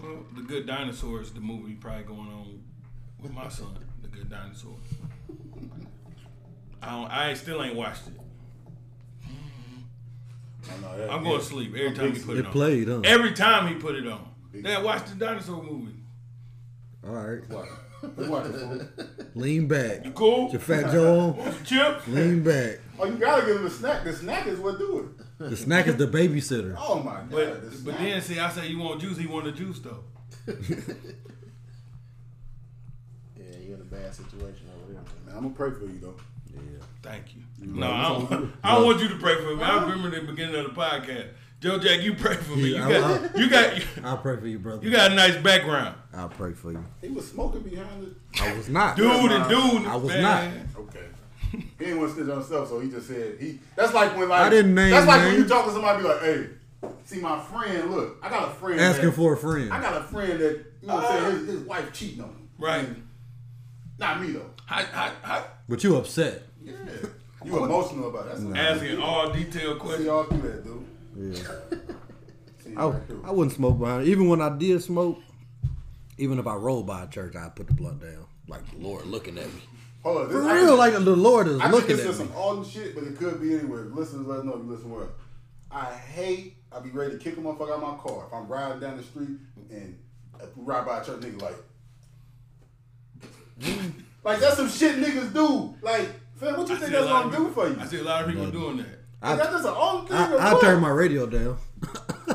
Well, The Good Dinosaur is the movie probably going on with my son. The Good Dinosaur. I don't, I still ain't watched it. I know that- I'm going to sleep every time he put it It on. played, huh? Every time he put it on. Dad, watch the dinosaur movie. All right, Watch it. You watch it, fool. lean back. You cool? Put Your fat jaw. on. Chip? Lean back. Oh, you gotta give him a snack. The snack is what do it. The snack is the babysitter. Oh my god. But the but snack. then see, I say you want juice. He want the juice though. Yeah, you're in a bad situation over there. man. Man, I'm gonna pray for you though. Thank you. No, I don't. I don't want you to pray for me. I remember the beginning of the podcast. Joe Jack, you pray for me. You Yeah, got you got I'll pray for you, brother. you got a nice background, I'll pray for you. He was smoking behind it. I was not. dude and dude. I was man. not. Okay. He didn't want to snitch on himself, so he just said he. That's like when like I didn't name That's like when you names. talk to somebody, be like, "Hey, see my friend. Look, I got a friend Asking that, for a friend. I got a friend that you know what I'm saying. His, his wife cheating on him. Right. Not me though. I, I, I, But you upset. Yeah. You emotional about that. That's what I asking all detailed See questions. y'all do that, dude. Yeah. See, I, right there. I wouldn't smoke behind. Even when I did smoke, even if I rolled by a church, I'd put the blunt down. Like the Lord looking at me. Hold on, this, For I real, think- like the Lord is I think looking this at me. is some Alden shit, but it could be anywhere. Listen, let us know if you listen where. I hate. I'd be ready to kick a motherfucker out of my car if I'm riding down the street and uh, ride by a church nigga like. like that's some shit niggas do. Like, fam, what you think I see a that's lot gonna of do for you? people- I see a lot of people doing that. Like, that's just an Alden thing. or I, I what? turned my radio down. for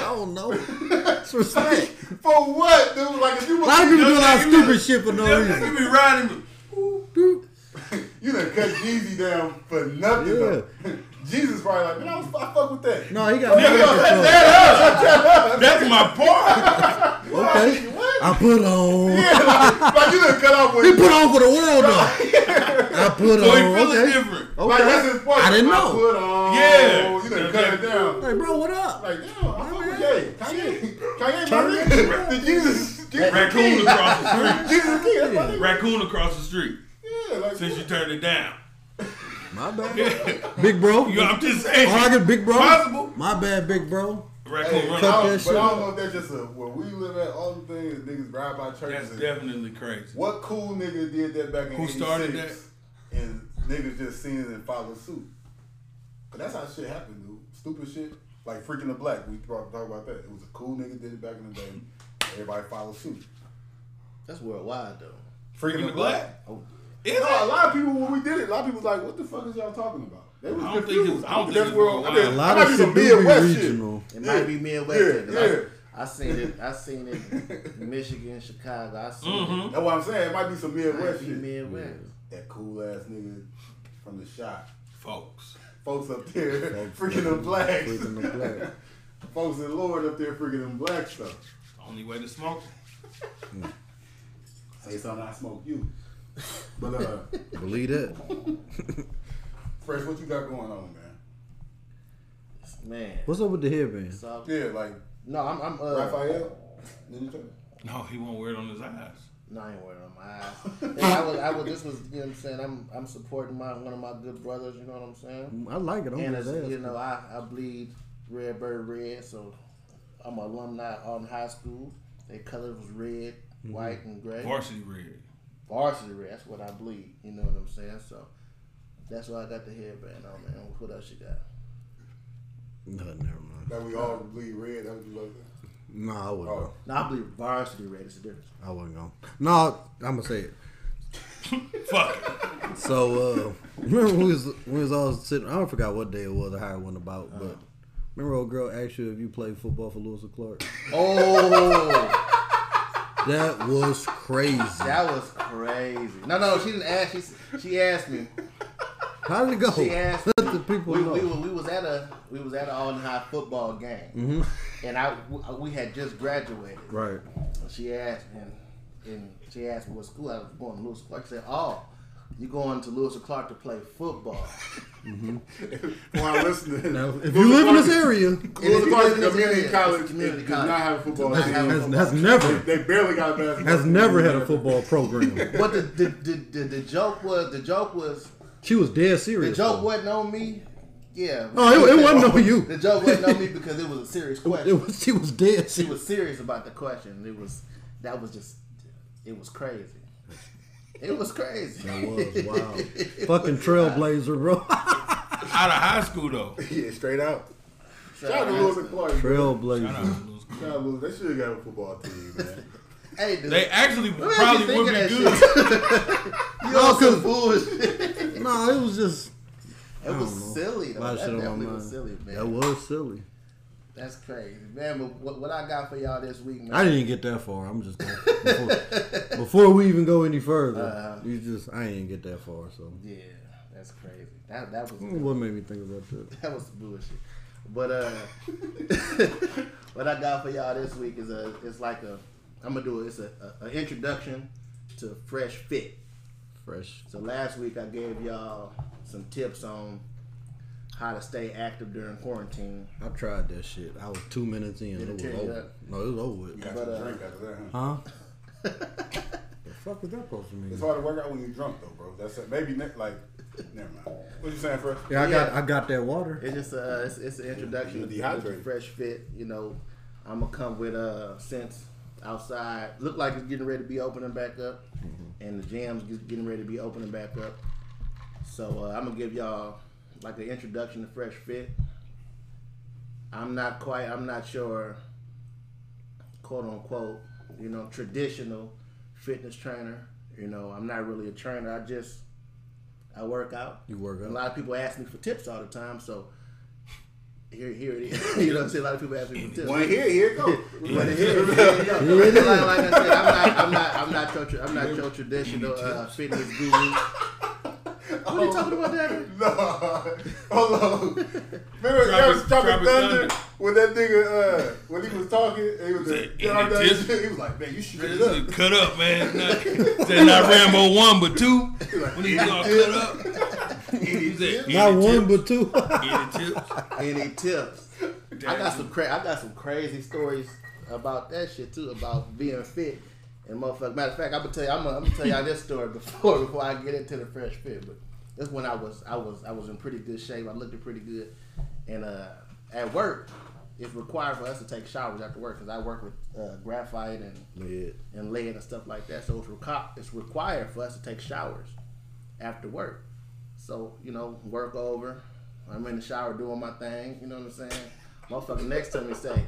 I don't know. It's respect. for what, dude? Like if you A lot of people do a lot of You know, stupid shit for no That reason. nigga be riding me. you done cut Jeezy down for nothing. though. Jesus probably like, man, I, was, I fuck with that. No, he got me Nigga, out that up. That's my part. of control. Okay. What? I put on. like, like, you done cut off He with. put on for the world, though. I put So he on. feeling Okay. different. Like that's Okay. his point. I didn't I know. put on. Yeah. You done cut it down. Hey, bro, what up? Like, damn, I fuck with Kanye. Kanye, Kanye, my Turn nigga. The Jesus, Jesus Raccoon King. across the street. Jesus King, that's my nigga. Raccoon across the street. Yeah, like, Since you turned it down. My bad. Big bro. You know, I'm just saying. Arguing, Oh, big bro. Possible. My bad, big bro. Raccoon Hey, run I Fuck off. don't- that But I shit. don't know if that's just a where we live at. All the things niggas ride by That's churches. and- definitely crazy. What cool nigga did that back in Who started 86? And niggas just seen it and followed suit. But that's how shit happened, dude. Stupid shit. Like freaking the black. We talk talk about that. It was a cool nigga did it back in the day. Everybody followed suit. That's worldwide though. Freaking the Black? Oh. Is No, a it? lot of people when we did it, a lot of people was like, "What the fuck is y'all talking about?" They was I don't think confused. it's- I But don't think that's it's where worldwide. I mean, A lot that of might be shit some do be Midwest shit. region. It Yeah, might be Midwest. yeah, 'cause yeah. I, I seen it. I seen it. in Michigan, Chicago. I seen it. That's what I'm saying. It might be some It Mm-hmm. might Midwest be shit. Midwest. That cool ass nigga from the shop. folks. Folks up there Folks freaking them blacks. Freaking the black. Folks in Lord up there freaking them black stuff. Only way to smoke. Say something, I smoke you. But uh, Believe that. Fresh, what you got going on, man? Man. What's up with the headband? It's all- Yeah, like no, I'm. I'm uh, Raphael. Ninja Turtle? No, he won't wear it on his eyes. No, I ain't wearing them. I, and I was, I was, this was, you know what I'm saying? I'm, I'm supporting my one of my good brothers, you know what I'm saying? I like it. I'm And, just it's, you asking. know, I, I bleed red, bird red, so I'm an alumni on high school. Their color was red, Mm-hmm. white, and gray. Varsity red. Varsity red, that's what I bleed, you know what I'm saying? So that's why I got the headband on, man. What else you got? No, never mind. That we all bleed red. That was like that. No, I wouldn't. Oh. go. No, I bleed varsity red, it's the difference. I wasn't going. No, I'm gonna say it. Fuck it. So uh, remember when we was when we was all sitting? I don't forgot what day it was. or how it went Uh-huh. about, but remember old girl asked you if you played football for Lewis and Clark. Oh, That was crazy. that was crazy. No, no, she didn't ask. She, s- she asked me. How did it go? She asked Let the people we, know. we, were, we was at a we was at an all high football game, Mm-hmm. and I w- we had just graduated. right. She asked and and she asked me what school I was going to Lewis Clark. I said, "Oh, you going to Lewis and Clark to play football?" For our listeners, If you live in this area, And if Lewis you Clark live in this Community area, College it's community does college. not have a football Does not have a has, team. has never They barely got a basketball. has team. never had a football program. But the the, the, the the joke was the joke was She was dead the serious. joke though. wasn't on me. Yeah. Oh, it, it wasn't on you. The joke wasn't on me because it was a serious question. It was, she was dead she serious. was serious about the question. It was that was just it was crazy. It was crazy. It was wow. Fucking trailblazer, bro. Out of high school though. Yeah, straight out. So, Shout out to Lewis and Clark. bro. Shout out trailblazer. to Lewis. Shout out to Lewis. They should have got a football team, man. Hey, dude. They actually Let me probably actually would be think good. of you all some bullshit. No, it was just It was know. silly. a Though. lot Oh, That of shit on definitely my mind. was silly, man. That was silly. That's crazy, man. But what, what I got for y'all this week, man? I didn't even get that far. I'm just going before, before we even go any further. Uh-huh. You just I didn't get that far. So Yeah, that's crazy. That that was what made me think about that? that was bullshit. But uh, what I got for y'all this week is a it's like a I'm gonna do it. It's a, a, a introduction to Fresh Fit. Fresh. So last week I gave y'all some tips on how to stay active during quarantine. I tried that shit. I was two minutes in. It Did it was tear you over. up? No, it was over. With. Got But, some uh, drink after that, huh? Huh? the fuck is that supposed to mean? It's hard to work out when you're drunk, though, bro. That's it. Maybe ne- like, never mind. What you saying, Fresh? Yeah, I got Yeah. I got that water. It's just a it's, it's an introduction You're to dehydrated. fresh fit. You know, I'm gonna come with uh since outside look like it's getting ready to be opening back up, Mm-hmm. and the jams just getting ready to be opening back up. So uh, I'm gonna give y'all like an introduction to fresh fit. I'm not quite. I'm not sure. Quote unquote, you know, traditional fitness trainer. You know, I'm not really a trainer. I just I work out. You work A out. lot of people ask me for tips all the time, so here, here it is. you know what I'm saying? A lot of people ask me for tips. One here, here it goes. But here, here it is. like, like I said, I'm not, I'm not, I'm not your, tra- I'm not your traditional uh, fitness guru. What are you talking about, Daddy? No, hold on. Remember Tropic- that was Tropic Tropic Thunder Thunder. when that nigga uh, when he was talking, he was Said, like, get out there. "Inattention." he was like, man, you should get up. Cut up, cut up man. Not, said not Rambo one, but two. We need y'all cut up. He said, Not any one, tips? but two. Any tips? Any tips? I got some cra- I got some crazy stories about that shit too, about being fit and motherfucker. Matter of fact, I'm gonna tell you, I'm gonna, I'm gonna tell y'all this story before before I get into the fresh fit. But that's when I was I was I was in pretty good shape. I looked pretty good, and uh, at work, it's required for us to take showers after work because I work with uh, graphite and Yeah. and lead and stuff like that. So it's, reco- it's required for us to take showers after work. So, you know, work over. I'm in the shower doing my thing. You know what I'm saying? Motherfucker next to me say,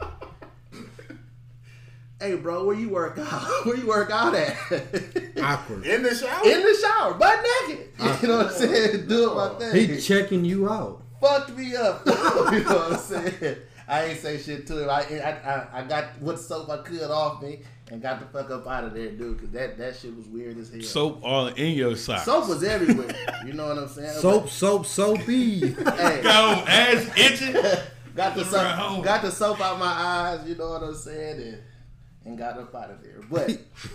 Hey, bro, where you work out? Where you work out at? In Awkward. In the shower? the shower, butt naked. You know what I'm saying? Doing my thing. He checking you out. fucked me up. you know what I'm saying? I ain't say shit to him. I I, I, I got what soap I could off me and got the fuck up out of there, dude. Cause that, that shit was weird as hell. Soap all in your socks. Soap was everywhere. You know what I'm saying? Soap, soap, soapy. Hey, Go ass itching. got the Bro. soap, got the soap out my eyes. You know what I'm saying? And, and got up out of there. But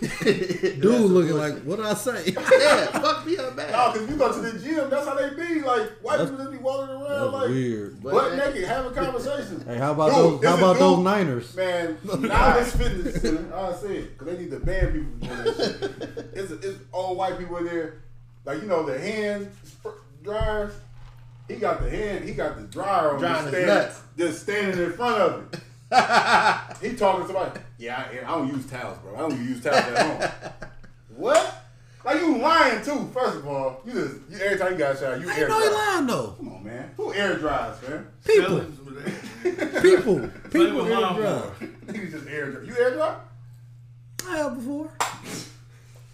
Dude dude, looking like, what did I say? yeah, fuck me up bad. No, because you go to the gym, that's how they be. Like, white That's- people just be walking around, That's like, weird. But- butt naked, having conversations. Hey, how about Dude, those? How it's a about those dude. Niners? Man, now this fitness center, I say it, because they need to ban people from doing that shit. It's, it's all white people in there. Like, you know, the hand sp- dryers. He got the hand, he got the dryer on Drying just his standing, nuts. just standing in front of it. he talking to somebody. Yeah, I, I don't use towels, bro. I don't use towels at home. what? Like you lying too. First of all, you just you, every time you got a shower, you I air know he dry. lying though. Come on, man. Who air dries, man? People, people, people with air lawnmower. dry. Niggas just air dry. You air dry? I have before.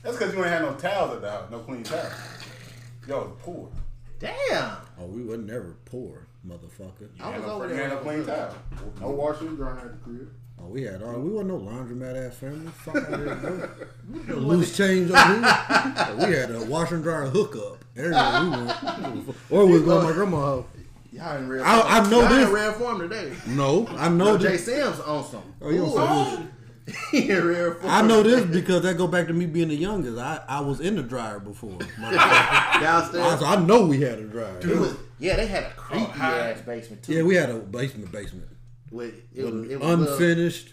That's because you ain't had no towels at the house, no clean towels. Y'all was poor. Damn. Oh, we were never poor, motherfucker. You had was no, over you there. had no clean towels. No washing and drying at the crib. Oh, we had all. We were no laundromat ass family. Fuck out here, bro. The loose change on here. We had a washer and dryer hookup. Everywhere we went, or we was going to my grandma's house. Y'all in red. I- form. I know Y'all this. in red form today. No, I know No, Jay this. Sims on some. Oh, you don't say this. He in red form. I know this because that go back to me being the youngest. I, I was in the dryer before. motherfucker. I, downstairs. so I know we had a dryer. It was- yeah, they had a Oh, creepy hi. ass basement too. Yeah, we had a basement basement. With, it was, it was Unfinished.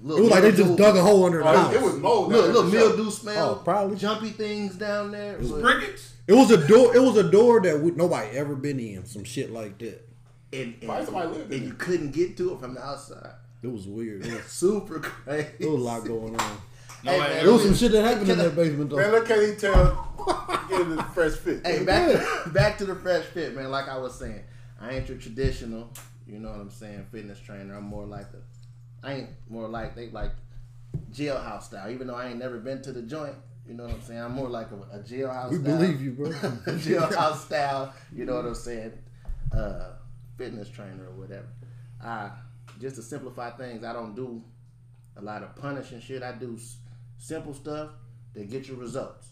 Little, It was like they just mildew- dug a hole under the Oh, house. it was mold. Look, look, down there for sure. mildew smell. Oh, probably. jumpy things down there. But Crickets. a door. It was a door that we, nobody ever been in. Some shit like that. and, and, Why somebody lived in and it? you couldn't get to it from the outside. It was weird. It was, Super crazy. it was a lot going on. No, man, I- It was some shit that happened in that basement Man, though. look at he tell getting the fresh fit. Hey, back to, back to the fresh fit, man. Like I was saying, I ain't your traditional, you know what I'm saying, fitness trainer. I'm more like a, I ain't more like they like jailhouse style. Even though I ain't never been to the joint, you know what I'm saying. I'm more like a, a jailhouse. We style, believe you, bro. jailhouse style. You know what I'm saying, uh, fitness trainer or whatever. I just to simplify things, I don't do a lot of punishing shit. I do s- simple stuff that get your results.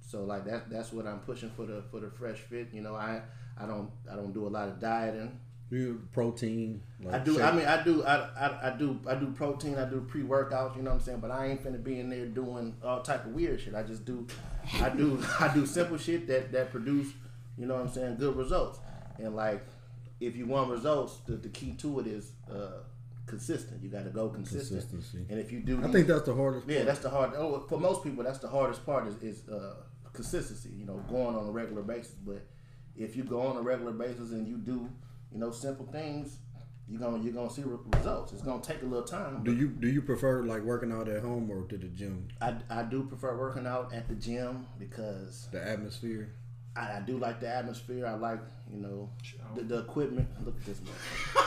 So like that that's what I'm pushing for the for the fresh fit. You know, I I don't I don't do a lot of dieting. You protein. Like I do shake. I mean I do I, I I do I do protein, I do pre workouts, you know what I'm saying? But I ain't finna be in there doing all type of weird shit. I just do I do I do simple shit that that produce, you know what I'm saying, good results. And like if you want results, the, the key to it is uh consistent. You gotta go consistent. Consistency. And if you do I think that's the hardest. yeah, that's the hard. Oh, for most people, that's the hardest part is, is uh, consistency. You know, going on a regular basis. But if you go on a regular basis and you do, you know, simple things, you're gonna you're gonna see re- results. It's gonna take a little time. Do you do you prefer like working out at home or to the gym? I, I do prefer working out at the gym because The atmosphere. I, I do like the atmosphere. I like you know the, the equipment. Look at this one.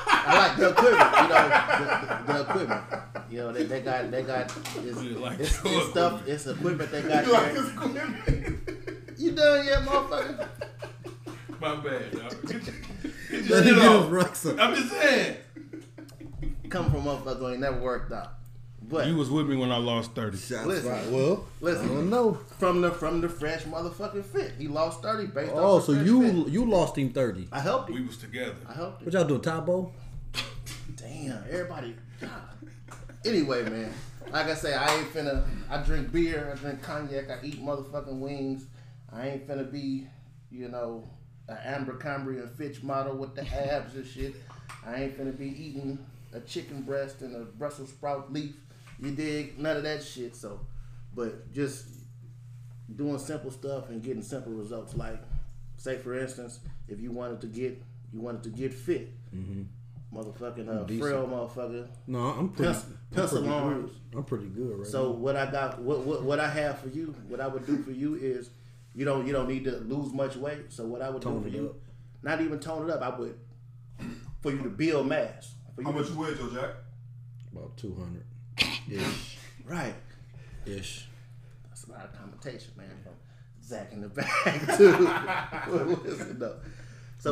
I like the equipment. You know the, the, the equipment. You know they, they got they got it's, You like it's, the it's stuff. It's equipment they got. You like there. this equipment? You done yet, motherfucker? My bad. Dog. Get your- get your Let him get shit his off. rocks up. I'm just saying. Come from a motherfucker who ain't never worked out. But You was with me when I lost thirty. Shots Listen. fired. Well, I listen, don't know. from the from the fresh motherfucking fit, he lost thirty based off. Oh, the so fresh you fit. you lost him thirty. I helped We him. was together. I helped him. What y'all do, Tabo? Damn, everybody. Anyway, man, like I say, I ain't finna. I drink beer. I drink cognac. I eat motherfucking wings. I ain't finna be, you know, an Amber Comrie and Fitch model with the abs and shit. I ain't finna be eating a chicken breast and a Brussels sprout leaf. You dig? None of that shit. So, but just doing simple stuff and getting simple results. Like, say for instance, if you wanted to get you wanted to get fit, motherfucking uh, Mm-hmm. Decent. frail motherfucker, No, I'm pretty. pencil, I'm pencil pretty arms. good. I'm pretty good right So what I got, what, what what I have for you, what I would do for you is, you don't you don't need to lose much weight. So what I would Tone do it for you, up. not even tone it up. I would for you to build mass. For you How to- much you weigh, Joe Jack? now. About two hundred. Ish. Right. Ish. That's a lot of commentation, man, from Zach in the back too. Listen, though. So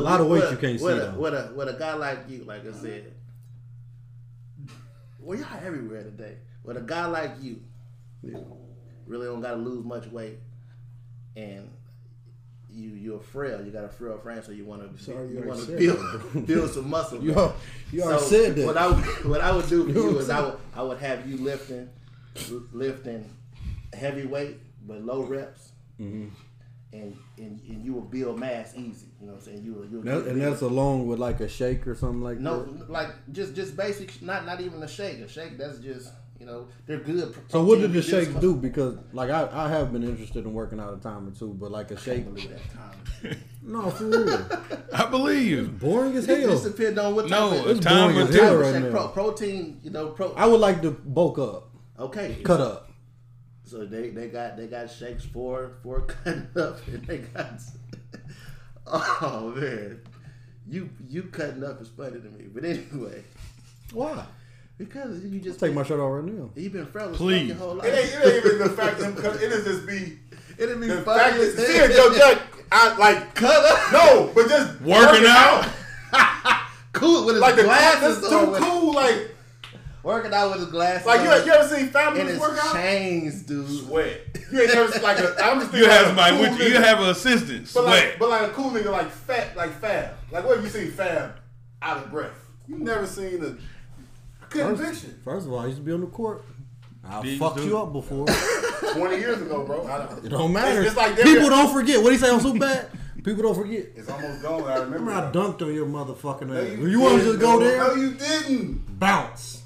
A lot of with- weight you can't with see, a, though. With a with a guy like you, like I said, well, y'all everywhere today. With a guy like you, Yeah. really don't gotta lose much weight, and you you're frail. You got a frail frame, so you want to Sorry, you you already want to said build build some muscle. You, man. al- you already So, said that. What I would- what I would do for You know you what is I'm I would I would have you lifting lifting heavy weight but low reps. Mm-hmm. And, and and you will build mass easy. You know what I'm saying? You will you will That- and that's along with like a shake or something like no that. like just just basic not not even a shake. A shake that's just you know they're good. So what did the protein shake reducers. do? Because like I, I have been interested in working out a time or two, but like a shake, Believe that time. no, for real, I believe you. boring as It just hell. depends on what No, type it's of time boring or as hell two. right shake, now. pro, protein. You know pro. I would like to bulk up, okay, cut up. So they, they got they got shakes for for cutting up and they got Oh man. You you cutting up is funny to me. But anyway, Why? because you just Take my shirt off right now. you've been friendly Please. your whole life. It ain't, it ain't even the fact them cut. It is just be. It'd be The funny fact as is, seeing Joe Jack, I like cut up no, but just Working out? cool with his Like the glasses that's on too with, cool. Like working out with his glasses like you, on you ever seen and families his work out? chains, dude. Sweat. You ain't never seen, like a, I'm just You thinking have like a somebody with you. nigga. You have an assistant. but Sweat. like but like a cool nigga like fat like Fab. Like what have you seen Fab out of breath? You never seen a. I couldn't First, picture. first of all, I used to be on the court. I Did you fucked do you it? up before. Twenty years ago, bro. I don't, It don't matter. It's, it's like they're- people don't forget. What do you say on so bad? People don't forget. It's almost gone. I remember. Remember I that. dunked on your motherfucking No, ass. You, want to didn't, just go bro. No, there? you didn't. Bounce.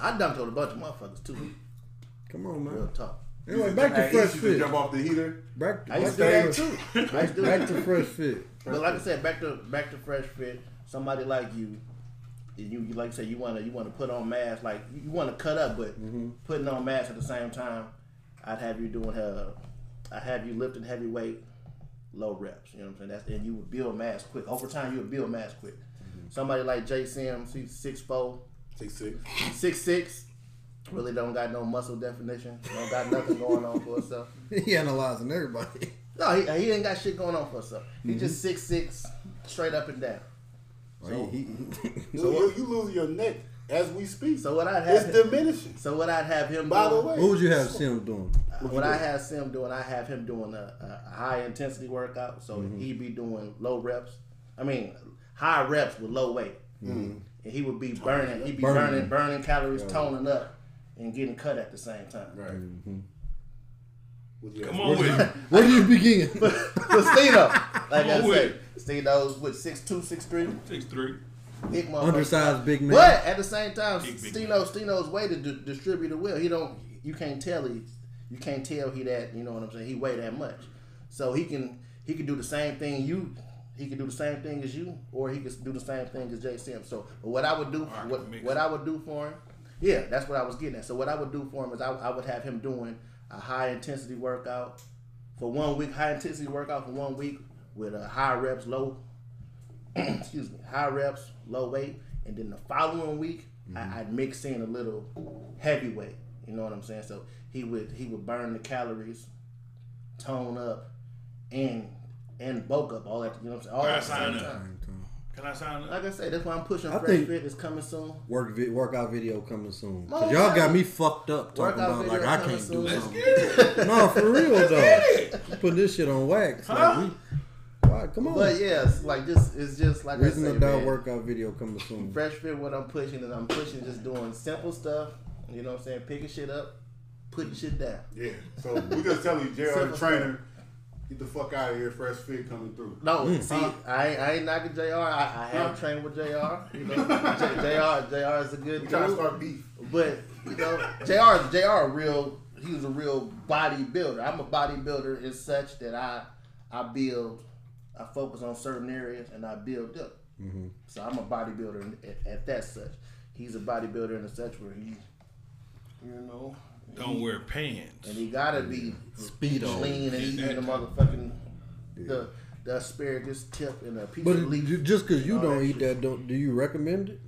I dumped on a bunch of motherfuckers too. Come on, Real man. talk. Anyway, back to Hey, fresh you should fit. Jump off the heater. Back, I used back, to do that to, too. I used to do back that. to fresh fit. But like I said, back to back to fresh fit. Somebody like you, and you you- like I said, you wanna you wanna put on mass, like you you wanna cut up, but Mm-hmm. putting on mass at the same time. I'd have you doing uh, I have you lifting heavy weight, low reps. You know what I'm saying? That's and you would build mass quick. Over time, you would build mass quick. Somebody like Jay Sims, he's six four, Mm-hmm. Six six. six six. Really don't got no muscle definition. Don't got nothing going on for himself. He analyzing everybody. No, he, he ain't got shit going on for himself. He just six six, straight up and down. So, he, So you, you losing your neck as we speak. So what I'd it's have diminishing. So what I'd have him By the doing, way, what would you have Sims doing? what I have Sim doing, I have him doing a, a high intensity workout. So he'd be doing low reps. I mean, high reps with low weight, and he would be burning. He'd be Burning. burning, burning, calories, toning up, and getting cut at the same time. Right. Mm-hmm. Would you Come have- on with it. Where do you begin? So Stino, like I Come with said, it. Stino's with six two, six three, Six three. big motherfucker. Undersized big man. But at the same time, Big, big Stino Stino's way to d- distribute it well. He don't. You can't tell he. You can't tell he that. You know what I'm saying. He weigh that much, so he can he can do the same thing you. He can do the same thing as you, or he can do the same thing as Jay Sims. So but what I would do, All right, what mix. what I would do for him, yeah, that's what I was getting at. So what I would do for him is I, I would have him doing a high intensity workout for one week, high intensity workout for one week with a high reps, low excuse me, high reps, low weight, and then the following week Mm-hmm. I, I'd mix in a little heavyweight. You know what I'm saying? So he would he would burn the calories, tone up, and and bulk up all that. You know what I'm saying? All Where I at the same sign up? time. Can I sign up? Like I said, that's why I'm pushing I Fresh think- Fit. It's coming soon. Work vi- workout video coming soon. Motherfucker. Cause y'all got me fucked up talking about Workout video like I coming can't do soon. something. no, for real though. Put this shit on wax. Like, we, why, come on. But yes, like just it's just like Reason I to said, die man, workout video coming soon. Fresh Fit. What I'm pushing is I'm pushing just doing simple stuff. You know what I'm saying? Picking shit up, putting shit down. Yeah. So we just telling you, JR the Simple trainer, get the fuck out of here. Fresh fit coming through. No, see, I, ain't- I ain't knocking Jr. I, I have trained with Jr. You know, J- Jr. Jr. is a good We trying to dude, start beef. but you know, Jr. Jr. a real, he was a real bodybuilder. I'm a bodybuilder in such that I, I build, I focus on certain areas and I build up. So I'm a bodybuilder in- at, at that such. He's a bodybuilder in such where he, you know, Don't wear pants. and he gotta be Speedo. lean and eating the motherfucking the the asparagus tip and a piece But of ju- leaf. just because you all don't that eat shit. that, don't do you recommend it?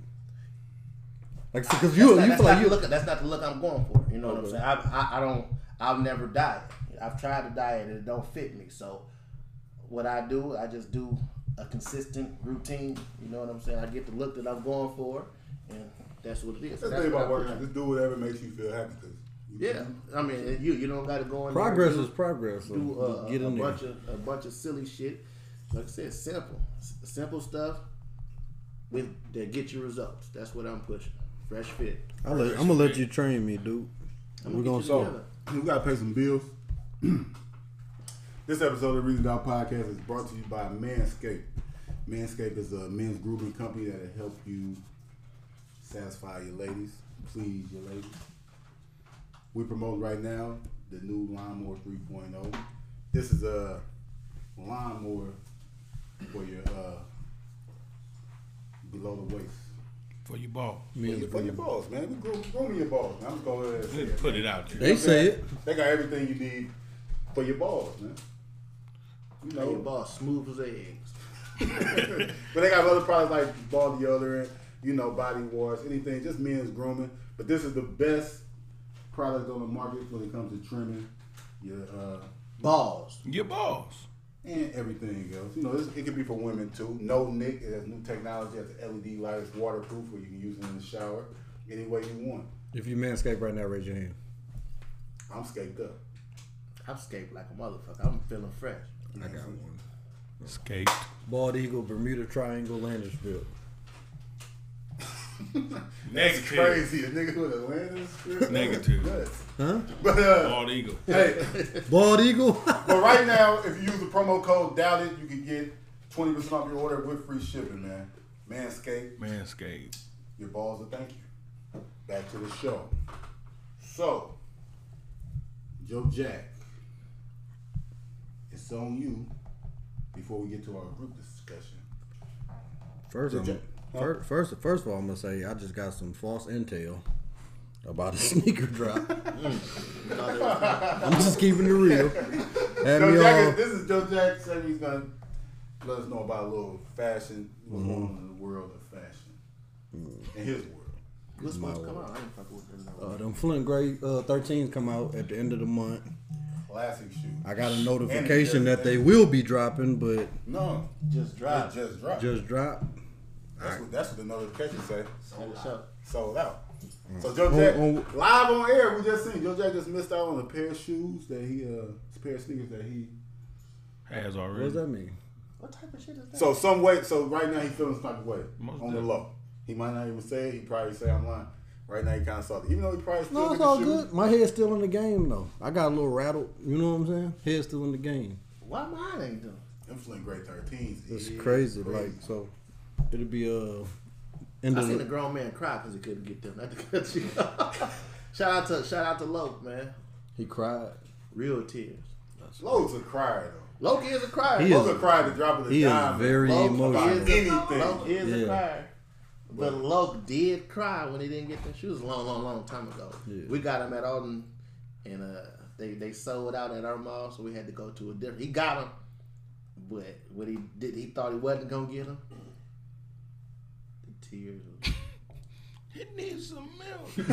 Like, because That's you, not, you that's feel like not you. the look. That's not the look I'm going for. You know what I'm Okay. saying? I, I, I don't. I've never dieted. I've tried to diet and it don't fit me. So what I do, I just do a consistent routine. You know what I'm saying? I get the look that I'm going for, and that's what it is. That's the That's thing what about I put working. out. Just do whatever makes you feel happy. Cause you Yeah, I mean, you you don't got to go in there and progress do- is progress. So do uh, just get a in there. bunch of a bunch of silly shit. Like I said, simple, S- simple stuff with that get you results. That's what I'm pushing. Fresh fit. I'll let, I'm gonna let you train me, dude. We're gonna get you start. together. We gotta pay some bills. this episode of the Reason Dog Podcast is brought to you by Manscaped. Manscaped is a men's grooming company that'll help you satisfy your ladies, please your ladies. We promote right now the new Lawnmower 3.0. This is a lawnmower for your uh, below the waist. for your ball. For your, for your balls, man. We groom, grooming your balls. man. I'm just gonna go ahead and say it. Just put it out there. They say it. They got everything you need for your balls, man. You Make your know, ball smooth as eggs. but they got other products like ball deodorant, you know, body wash, anything, just men's grooming. But this is the best product on the market when it comes to trimming your uh, Balls. Your balls. and everything else. You know, this, it could be for women too. No nick. It has new technology. It has LED lights, waterproof, where you can use it in the shower any way you want. If you manscape right now, raise your hand. I'm scaped up. I'm scaped like a motherfucker. I'm feeling fresh. I got one. Escaped. Bald eagle, Bermuda Triangle, Landersville. That's Negative. crazy. A nigga with Atlantis. Negative. Huh? But uh, Bald eagle. hey. Bald eagle. But right now, if you use the promo code Doubt It, you can get 20% off your order with free shipping, man. Manscaped, Manscaped. your balls will thank you. Back to the show. So, Joe Jack, it's on you before we get to our group discussion. First, Did I'm, you- fir- first, first of all, I'm gonna say I just got some false intel about a sneaker drop. I'm just keeping it real. Had Joe me Jack, all- is, this is Joe Jack. So he's going to let us know about a little fashion, what's going Mm-hmm. on in the world of fashion, Mm. in his world. What's supposed to come out? I ain't fucking with them. uh, them Flint Gray uh, 13s come out at the end of the month. Classic shoe. I got a notification that they will be dropping, but No, Just I drive. just dropped. just dropped That's what, that's what the notification say. What's up? Sold out. So Joe Jack Oh, oh. live on air. We just seen Joe Jack just missed out on a pair of shoes that he uh a pair of sneakers that he. Has What already. does that mean? What type of shit is that? So some way. So right now he feeling some type of way Most on the definitely. low. He might not even say it. He probably say I'm lying. Right now he kind of salty, even though he probably still No, in it's the all shoe. good. My head's still in the game though. I got a little rattled. You know what I'm saying? Head's still in the game. Why mine ain't doing? Them Flint Grade Thirteens. It's is crazy. Like so, it'll be uh end I of seen a the, grown man cry because he couldn't get them at the country. shout out to shout out to Loke, man. he cried. Real tears. loads of cry though. Loke is a crier. He is- Loads of cry to drop of the He is dime. very Loads about emotional. Anything. Loke is Yeah. a crier. But Loke did cry when he didn't get them shoes a long, long, long time ago. Yeah. We got him at Alden, and uh, they they sold out at our mall, so we had to go to a different. He got them, but what he did, he thought he wasn't gonna get them. The tears. It needs some milk.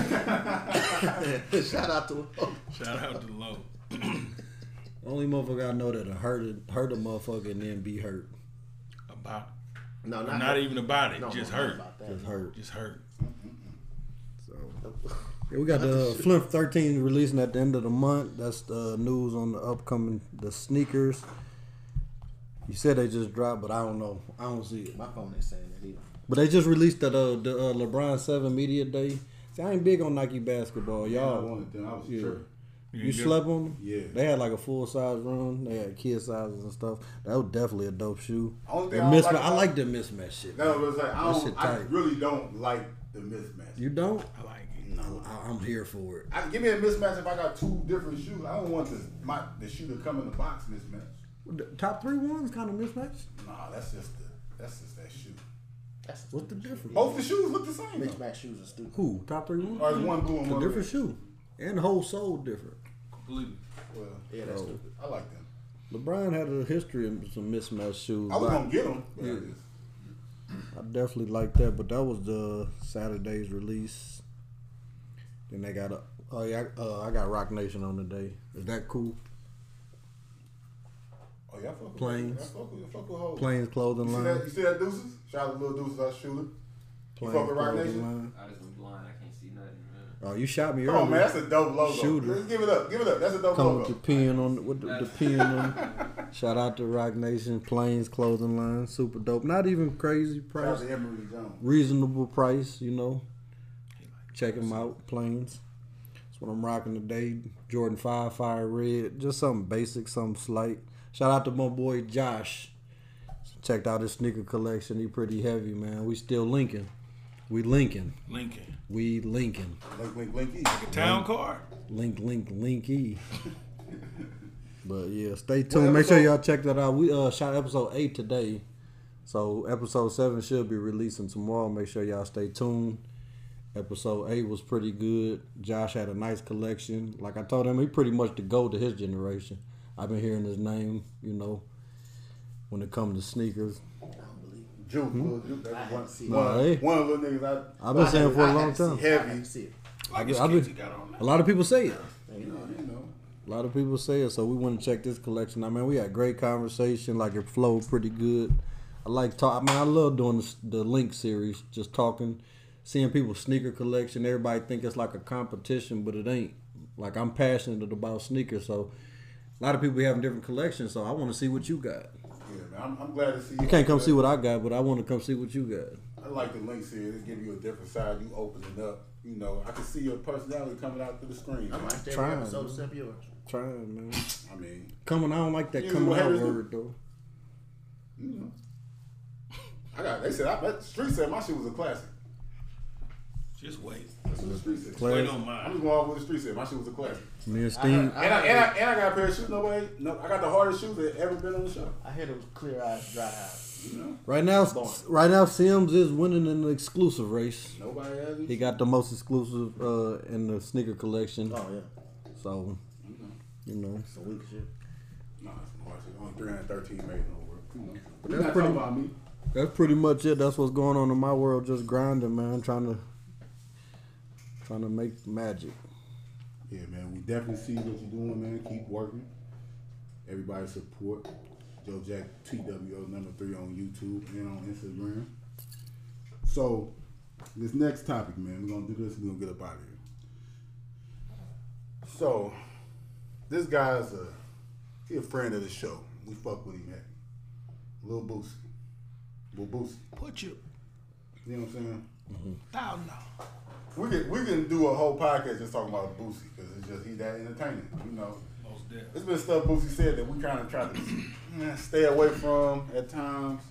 Shout out to Loke. Shout out to Low. Only motherfucker I know that hurt a, hurt a motherfucker and then be hurt. About No, not, not, even about it. no, just no, not hurt. about that. Just hurt. Just hurt. So yeah, we got the uh, Flimp 13 releasing at the end of the month. That's the news on the upcoming the sneakers. You said they just dropped, but I don't know. I don't see it. My phone ain't saying that either. But they just released at uh, the uh, LeBron Seven Media Day. See, I ain't big on Nike basketball, I y'all. wanted them. I was Yeah. tripping. You slept on them? Yeah. They had like a full size run. They had kid sizes and stuff. That was definitely a dope shoe. Only The thing I don't mismatch. like I about- like the mismatch shit. No, it was like I, That don't, shit I tight. really don't like the mismatch. You don't? I like it. No, I, I'm here for it. I, give me a mismatch if I got two different shoes. I don't want the my the shoe to come in the box mismatch. The top three ones kind of mismatch. Nah, that's just the that's just that shoe. That's What's the difference? Both the shoes look the same. Mixed though. match shoes are stupid. Who? Top three Oh. Or ones? is one blue and It's a one different red? shoe. And the whole soul different. Completely. Well, Yeah, Oh. that's stupid. I like them. LeBron had a history of some mismatched shoes. I was but gonna get them. But I Yeah. just, I definitely like that, but that was the Saturday's release. Then they got a oh yeah, uh, I got Rock Nation on today. Is that cool? Oh, y'all fuck with Planes. Y'all fuck with, y'all fuck with hoes. Plains clothing You see that? You line. see that deuces? Shout out to little deuces, our shooter. You Plains fuck with Rock clothing Nation. line. I just went blind. I can't see nothing. Man. Oh, you shot me Come earlier. on, man, that's a dope logo. Shooter. Let's give it up. Give it up. That's a dope Come with your logo. pen on the, with the, the pen on. Shout out to Rock Nation, Plains clothing line, super dope. Not even crazy Shout out price, to Emery Jones. reasonable price. You know, check them out, Plains. That's what I'm rocking today. Jordan Five, Fire Red, just something basic, something slight. Shout out to my boy Josh. Checked out his sneaker collection. He pretty heavy, man. We still linking. We linking. Lincoln. We linking. Link, link, linky. Town card. link link linky. but yeah, stay What tuned. Make sure episode? y'all check that out. We uh shot episode eight today. So episode seven should be releasing tomorrow. Make sure y'all stay tuned. Episode eight was pretty good. Josh had a nice collection. Like I told him, he pretty much the go to his generation. I've been hearing his name, you know, when it comes to sneakers. Juke, little Juke. That's one, see one, it. Hmm? Nah, hey. one of the little niggas I. I've been saying for a I long had to see time. it. I had Heavy. to see it. Like his I've kids been- got on that. A lot of people say it. You know, you know. A lot of people say it, so we want to check this collection. I mean, we had great conversation. Like it flowed pretty good. I like talk. I mean, I love doing this, the link series, just talking, seeing people's sneaker collection. Everybody think it's like a competition, but it ain't. Like I'm passionate about sneakers, so a lot of people having different collections. So I want to see what you got. Yeah, man. I'm, I'm glad to see you. You can't come see what I got, but I want to come see what you got. I like the links here. It give you a different side. You opening up. You know, I can see your personality coming out through the screen. I man. watched every Trying. episode except yours. Trying, man. I mean, Coming, I don't like that You coming out haters do. word though. you know. I got. They said. I, that street said my shit was a classic. Just wait. That's what the street said. Wait Class, on I'm mine. just going off what the street said. My shit was a classic. me and Steve. I- And I, and I and I got a pair of shoes. No way. No, I got the hardest shoes that ever been on the show. I heard it was clear eyes, dry eyes. You know, Right now, right now, Sims is winning in the exclusive race. nobody has He it. got the most exclusive uh, in the sneaker collection. Oh yeah, So, you know. some weak shit. Nah, it's some hard shit. Only 313 made in the world. You know. But That's that's not pretty- talking about me. That's pretty much it. That's what's going on in my world. Just grinding, man. Trying to trying to make magic. Yeah, man, we definitely see what you're doing, man. Keep working. Everybody support Joe Jack TWO number three on YouTube and on Instagram. So, this next topic, man, we're gonna do this. We're gonna get up out of here. So, this guy's a he a friend of the show. We fuck with him, man. Lil Boosie, Lil Boosie. Put your You know what I'm saying? thousand dollars. We can we can do a whole podcast just talking about Boosie because it's just he that entertaining, you know. Most death. There's been stuff Boosie said that we kind of try to eh, stay away from at times.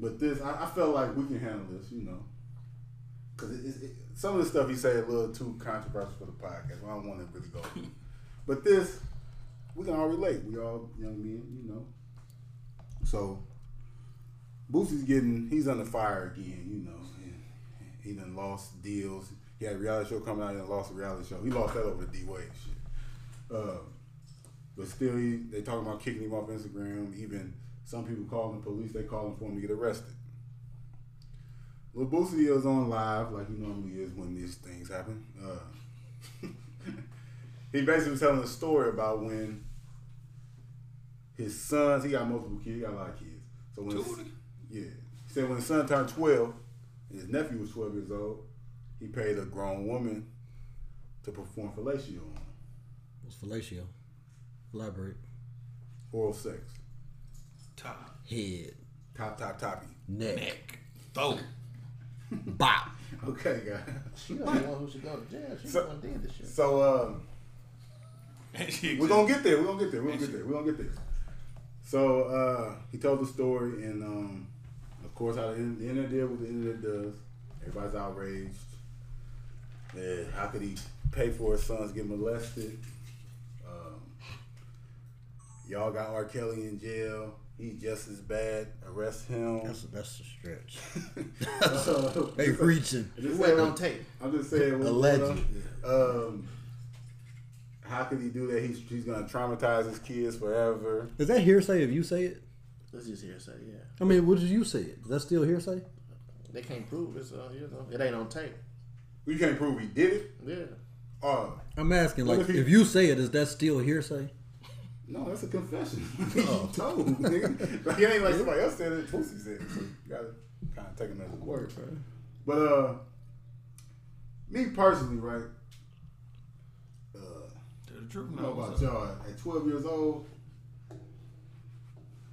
But this, I, I felt like we can handle this, you know. Because it, it, it, some of the stuff he said a little too controversial for the podcast. I don't want to really go. but this, we can all relate. We all young men, you know. So, Boosie's getting, he's under fire again, you know. And He done lost deals. He had a reality show coming out and lost a reality show. He lost that over the D Wade shit. Uh, but still, he, they talking about kicking him off Instagram. Even some people calling the police. They calling for him to get arrested. Lil Boosie is on live like he normally is when these things happen. Uh, he basically was telling a story about when his sons. He got multiple kids. He got a lot of kids. So when his- Two of them? yeah, he said when his son turned twelve, and his nephew was twelve years old. He paid a grown woman to perform fellatio on him. What's fellatio? Elaborate. oral sex, Top. Head, top, top, toppy. neck, Neck. Throat. bop. Okay, guys. She was the one who should go to jail. She So- the one did this shit. So um, And she we're gonna get there. We're gonna get there. We're gonna get there. We're gonna get there. So uh, he told the story, and um, of course, how the in- the internet did what the internet does. Everybody's outraged. Yeah, how could he pay for his sons get molested? Um, y'all got R. Kelly in jail. He's just as bad. Arrest him. That's that's a stretch. So- They reaching. Just It say wasn't what- on tape. I'm just saying. what- Alleged. Um, how could he do that? He's he's gonna traumatize his kids forever. Is that hearsay if you say it? This is hearsay. Yeah, I mean, what did you say? Is that still hearsay? they can't prove it. So you know, it ain't on tape. We can't prove he did it. Yeah, Uh, I'm asking, Well, like, if he- if you say it, is that still hearsay? no, that's a confession. you told, nigga. Like, it ain't like somebody else said it. Pussy said it. So you gotta kind of take him as his word. But uh, me personally, right? Uh, The truth I don't know knows. about y'all. At 12 years old,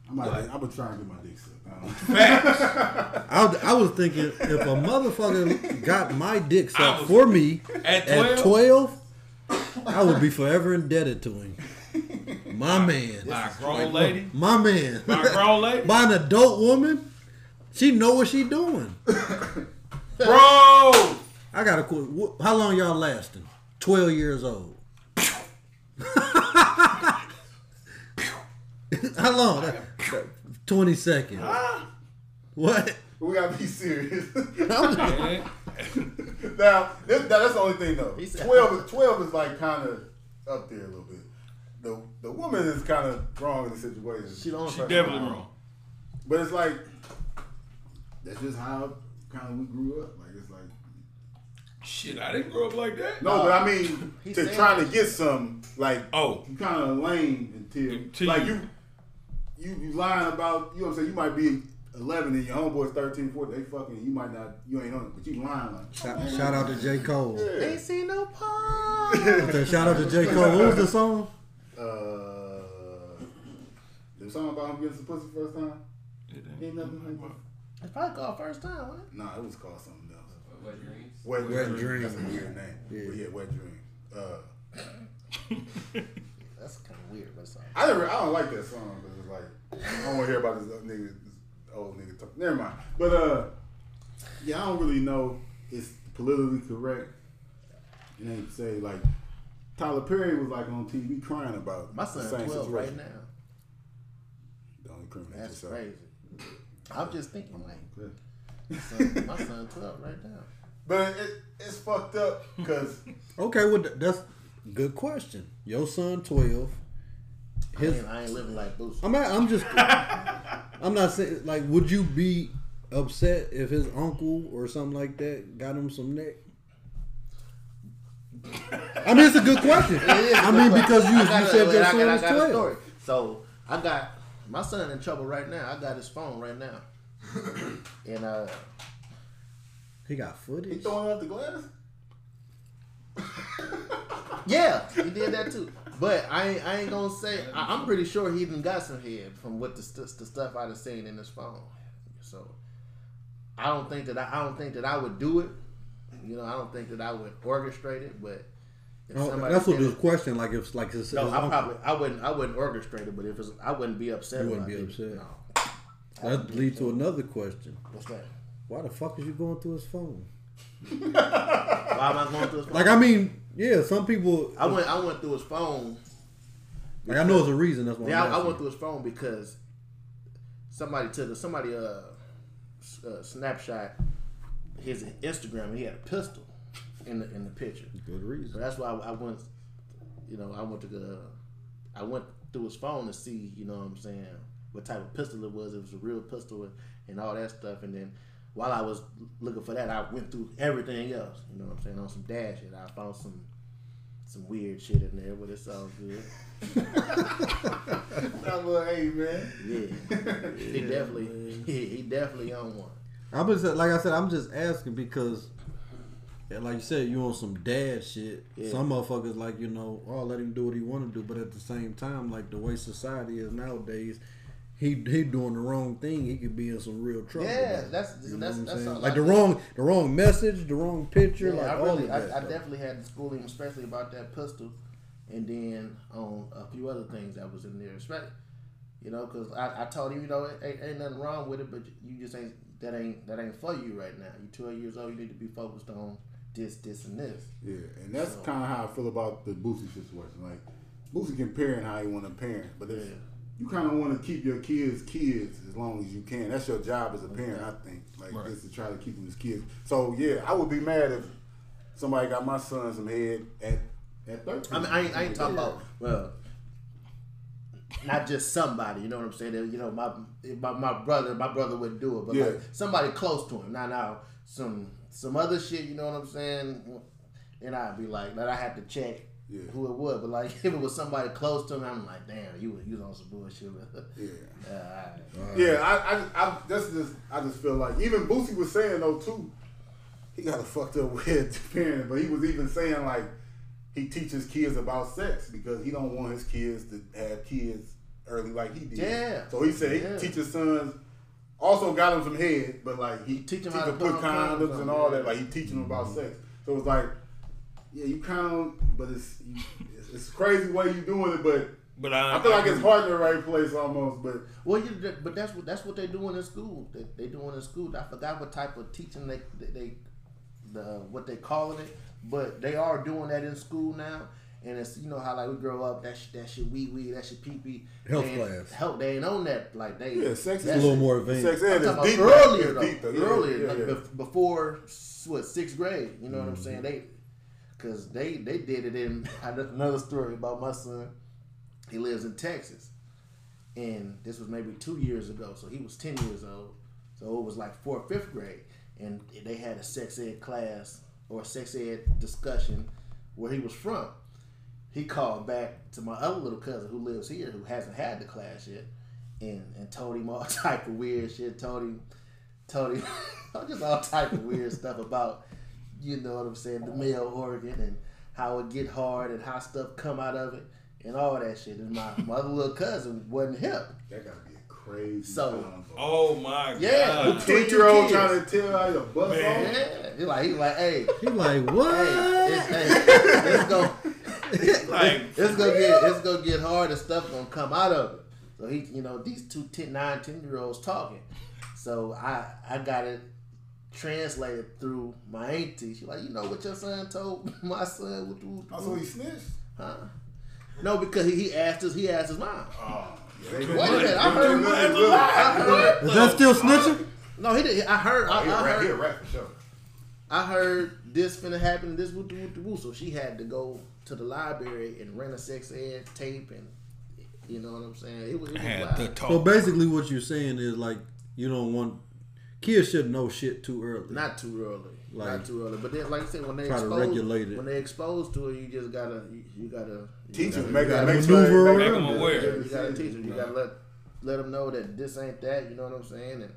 I might, I've been trying to get my dick sucked. I don't know. I, was- I was thinking if a motherfucker got my dick I sucked was- for me At at 12? 12, I would be forever indebted to him. My man. By a grown lady. My man. By a grown lady. By an adult woman, she know what she doing. Bro. I got to quit. Wh- How long y'all lasting? 12 years old. How long? That- that- 20 seconds. Ah. What? we gotta be serious. Man. now, this, now, that's the only thing though. He said- 12, is- 12 is like kind of up there a little bit. The the woman is kind of wrong in the situation. she the only She person- definitely wrong. But it's like that's just how kind of we grew up. Like it's like Shit, I didn't grow up like that. no, but I mean he to said- trying to get some like Oh. you kind of lame until, Until like you- you you you lying about you know what I'm saying. You might be 11 and your homeboy's 13, 14. They fucking you might not you ain't on it, but you lying like Shout, shout out to J. Cole. Ain't seen no pun. Okay, Shout out to J. Cole. What was the song? Uh, there's something about him getting some pussy first time. Ain't nothing like that. It's probably called first time, wasn't Nah, it was called something else. What dreams? Wet, Wet dream. Dream. That's a weird name. Yeah. But yeah, wet dream. Uh, it? That's kind of weird, but it's all right. I never, I don't like that song because it's like I don't want to hear about this old nigga, this old nigga. Talk. Never mind. But uh, yeah, I don't really know. It's politically correct. You know, say like Tyler Perry was like on TV crying about My the son's same twelve right situation. now. Don't incriminate That's yourself. crazy. I'm just thinking like, Yeah. son, my son twelve right now. But it, it's fucked up because Okay, well, th- that's a good question. Your son, 12. I His, ain't, I ain't living like Boosie. I'm, not, I'm just, I'm not saying, like, would you be upset if his uncle or something like that got him some neck? I mean, it's a good question. I mean, because you, I got you a- said and your I- son and I was got a 12. story. So I got my son in trouble right now. I got his phone right now, and uh, He got he footage. throwing out the glass. yeah, he did that too. But I ain't, I ain't gonna say. I, I'm pretty sure he even got some head from what the, st- the stuff I done seen in his phone. So I don't think that I, I don't think that I would do it. You know, I don't think that I would orchestrate it. But if Oh, somebody that's what did this it- question, like, if, like, his, No, his I uncle- probably I wouldn't I wouldn't orchestrate it, but if it's, I wouldn't be upset. You when wouldn't I be did it. upset. No, that leads to another question. what's that? Why the fuck is you going through his phone? Why am I going through his phone? Like, I mean, yeah, some people. I went I went through his phone. Like, I know it's a reason. That's why. Yeah, I'm I, I asking. went through his phone because somebody took a, somebody uh, s- uh snapshot his Instagram and he had a pistol in the in the picture. Good So reason. that's why I, I went. You know, I went to the I went through his phone to see. You know what I'm saying? What type of pistol it was? It was a real pistol and, and all that stuff. And then while I was looking for that, I went through everything else. You know what I'm saying? On some dash shit, I found some. Some weird shit in there, but it's all good. I'm like, hey man. Yeah, he definitely, he, he definitely on one. I'm just like I said. I'm just asking because, yeah, like you said, you on some dad shit. Yeah. Some motherfuckers like you know, oh, let him do what he want to do. But at the same time, like the way society is nowadays. He, he doing the wrong thing. He could be in some real trouble. Yeah, though. that's- You know that's- what I'm that's saying? all like I the think. wrong the wrong message, the wrong picture, Yeah, like I all of really, that. I, I stuff. definitely had the schooling, especially about that pistol, and then on a few other things that was in there, especially, you know, because I, I told him, you know, it ain't, ain't nothing wrong with it, but you just ain't that ain't that ain't for you right now. You 12 years old, you need to be focused on this, this, and this. Yeah, and that's kind of how I feel about the Boosie situation. Like, Boosie can parent how he want to parent, but if Yeah. you kind of want to keep your kids kids as long as you can. That's your job as a parent, I think. Like, Right. just to try to keep them as kids. So yeah, I would be mad if somebody got my son some head at at thirteen. I mean, I ain't, I ain't talking about well. not just somebody. You know what I'm saying? You know, my my, my brother, my brother wouldn't do it, but Yeah. like somebody close to him. Now, now some some other shit. You know what I'm saying? And I'd be like, that I have to check. Yeah. Who it would, but like if it was somebody close to him, I'm like, damn, you was- you was on some bullshit. Yeah. Uh, all right. Yeah, I, I, I, that's just, I just feel like even Boosie was saying though too, he got a fucked up weird parent, but he was even saying like he teaches kids about sex because he don't want his kids to have kids early like he did. Yeah. So he said Yeah. he teaches sons. Also got him some head, but like he Teach teaches 'em them how how to to put put on condoms condoms, and all yeah. Mm-hmm. that. Like he teaching them about sex. So it's like, yeah, you kind of, but it's you, it's- it's crazy way you doing it, but But I, I feel like it's hard in the right place almost. But Well, you, that- but that's what that's what they doing in school. They, they doing in school. I forgot what type of teaching they they, they the what they calling it, but they are doing that in school now. And it's you know how like we grow up that shit that shit wee wee that shit pee pee Health They ain't- class. help they ain't on that like they yeah, sex is a little more advanced. Sex I'm ed talking is about deep earlier though. though, It's deep though. Yeah, earlier yeah, Mm-hmm. like yeah. bef- before s- what sixth grade. You know what I'm saying? They because they they did it in another story about my son. He lives in Texas, and this was maybe two years ago. So he was ten years old. So it was like fourth, fifth grade, and they had a sex ed class or a sex ed discussion where he was from. He called back to my other little cousin who lives here who hasn't had the class yet, and and told him all type of weird shit. Told him, told him, just all type of weird stuff about, you know what I'm saying, the male organ and how it get hard and how stuff come out of it and all that shit. And my, my other little cousin wasn't hip. That gotta be a crazy. So- time. Oh my Yeah. god! ten year old trying to tell how your bust Man. off. Yeah, he like he like hey. He like what? Hey, it's, hey, it's gonna, Like it's gonna get, it's gonna get hard, and stuff gonna come out of it. So he, you know, these two 10, 9, 10 year olds talking. So I, I got it translated through my auntie. She like, you know what your son told my son? What, what, Also, he snitched. huh? No, because he, he asked us, he asked his mom. Oh, yeah. Wait a minute, I heard, What? I heard- Is that still snitching? no, he didn't. I heard, I, He a I rap, he a heard, rap for sure. I heard this finna happen. This woot woot woot. So she had to go to the library and rent a sex ed tape, and you know what I'm saying. It was, it was had the wild. talk. So basically, what you're saying is like you don't want kids should know shit too early. not too early, Like- not too early. But then, like I said, when they Try to exposed, regulate it. when they exposed to it, you just gotta, you, you gotta you Teachers gotta- make you gotta, it gotta make sure maneuver they- around Make 'em it. aware. You gotta teach them. You gotta let let them know that this ain't that. You know what I'm saying? And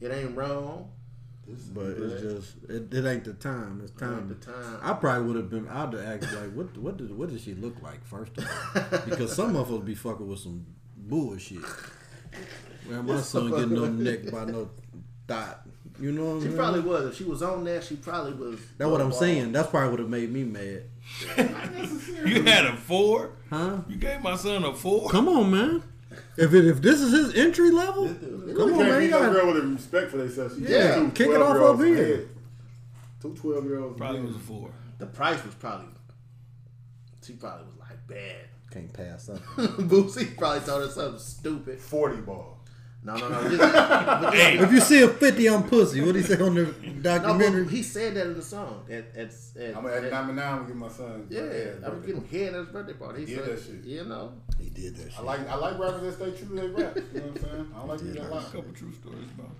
it ain't wrong. but it's just it, it ain't the time. It's time. ain't the time. I probably would have been. I'd have asked like, what what did what does she look like first of all? Because some of us be fucking with some bullshit. Man, my son getting no neck by no thought. You know what She I'm probably was. If she was on that, she probably was. Mm-hmm. That's what I'm saying. That's probably would have made me mad. You had a four. Huh? You gave my son a four. Come on, man. If it, if this is his entry level, come You on, can't man. be You no gotta- girl with respect for themselves. She Yeah, just two kick it off 12-year-olds up here. head. Two 12 year olds. Probably was a four. The price was probably. She probably was like bad. Can't pass up. Boosie probably told her something stupid. 40 ball. No, no, no. Just, but just- If you see a fifty on pussy, what do you say on the no, but documentary? he said that in the song. At, at, at, I'm at at- 99 I'm gonna get my son. Yeah, I, I'm getting head at his birthday party. He Did said, that shit. You know, he did that. I like I like rappers that stay true to their rap. You know what I'm saying? I don't like to get a A lot. couple true stories about.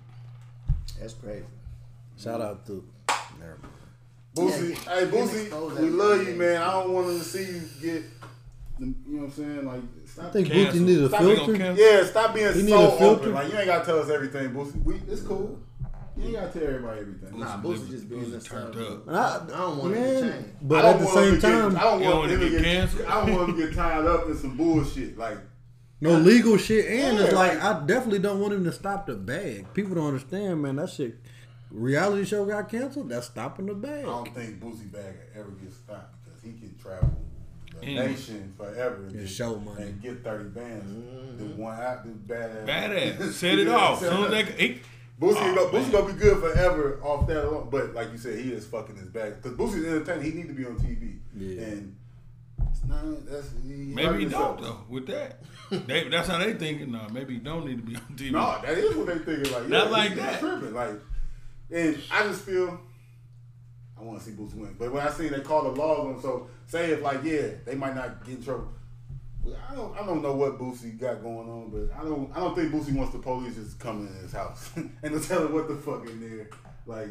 that's crazy. Shout out to. Never mind. Boosie, Yeah, hey you can't expose Boosie, we that. love you, man. I don't want to see you get, you know what I'm saying? Like, I stop think Booty Cancel. need a Stop, we gonna filter. cancel. Yeah, stop being He need a so filter. open. Like you ain't gotta tell us everything, Boosie. We it's cool. You ain't gotta tell everybody everything. Nah, Some Boosie niggas- just being Boosie this turned time. up. And I, I don't want him to man, change. But I at don't the want him same to get- time, I don't You want, don't him to get, canceled? I don't want him to get tied up in some bullshit. Like no legal shit, and it's Yeah, like like- I definitely don't want him to stop the bag. People don't understand, man. That shit. Reality show got canceled. That's stopping the bag. I don't think Boosie Bag ever gets stopped because he can travel the Mm. nation forever and, And get- show money. and get thirty bands. The one out, this badass, Mm-hmm. Badass. Set it off. Soon as Boosie, that, he, Aw, go, Boosie man. gonna be good forever off that alone. But like you said, he is fucking his bag because Boosie's entertaining. He need to be on TV. Yeah. And it's not, that's he hurting maybe he himself. don't though. With that, they, that's how they thinking. Nah, maybe he don't need to be on TV. No, that is what they thinking. Like, Not yeah, like he's that. Tripping. Like, and I just feel I want to see Boosie win, but when I see they call the laws on, so say if like yeah, they might not get in trouble. I don't, I don't know what Boosie got going on, but I don't I don't think Boosie wants the police just coming in his house and to tell him what the fuck in there. Like,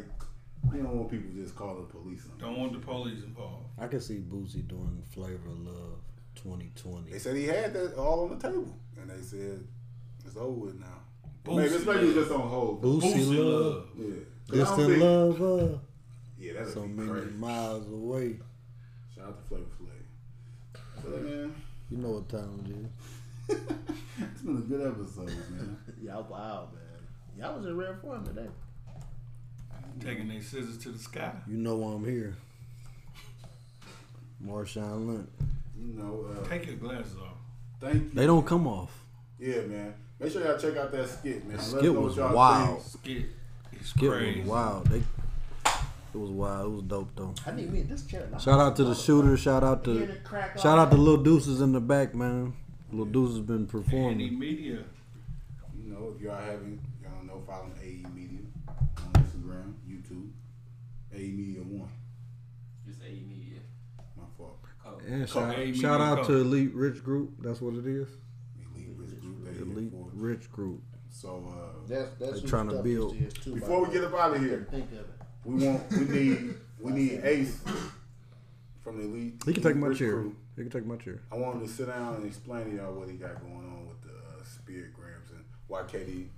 you don't want people just calling the police on him. Don't want the police involved. I can see Boozy doing Flavor of Love 2020. They said he had that all on the table, and they said it's over with now. Boosie Maybe this maybe it's just on hold. Boosie Boosie Love, love. Yeah, 'Cause I distant don't think- lover, Yeah, that'd so be many crazy. miles away. Shout out to Flavor Flav. So man, You know what time it is. it's been a good episode, man. Y'all wild, man. Y'all was in rare form today. Taking their scissors to the sky. You know I'm here. Marshawn Lynch. You know, uh, Take your glasses off. thank you. They don't come off. Yeah, man. Make sure y'all check out that skit, man. Let us Skit know what was y'all think. wild. Skit. It's Skit crazy. was wild. They, it was wild. It was dope though. I need me in this chair. Shout out to the shooter. Shout out to Hear the crack shout out all to that. Little Deuces in the back, man. Little Deuce has been Any performing. media. You know, if y'all haven't, y'all don't know, following AE Media on Instagram, YouTube, AE Media One. Just A media. My fault. Oh, And shout, Hey, shout Media out Co. to Elite Rich Group. That's what it is. Elite Risk Group. They here Elite for us. Rich Group. So uh, That's that's They who tryna stuff build. this is, too, by before the we get way. up out of here, think of it. we want we need we need Ace from the Elite. He can take Elite my Risk chair. Group. He can take my chair. I want him to sit down and explain to y'all what he got going on with the uh, spirit grams and why Katie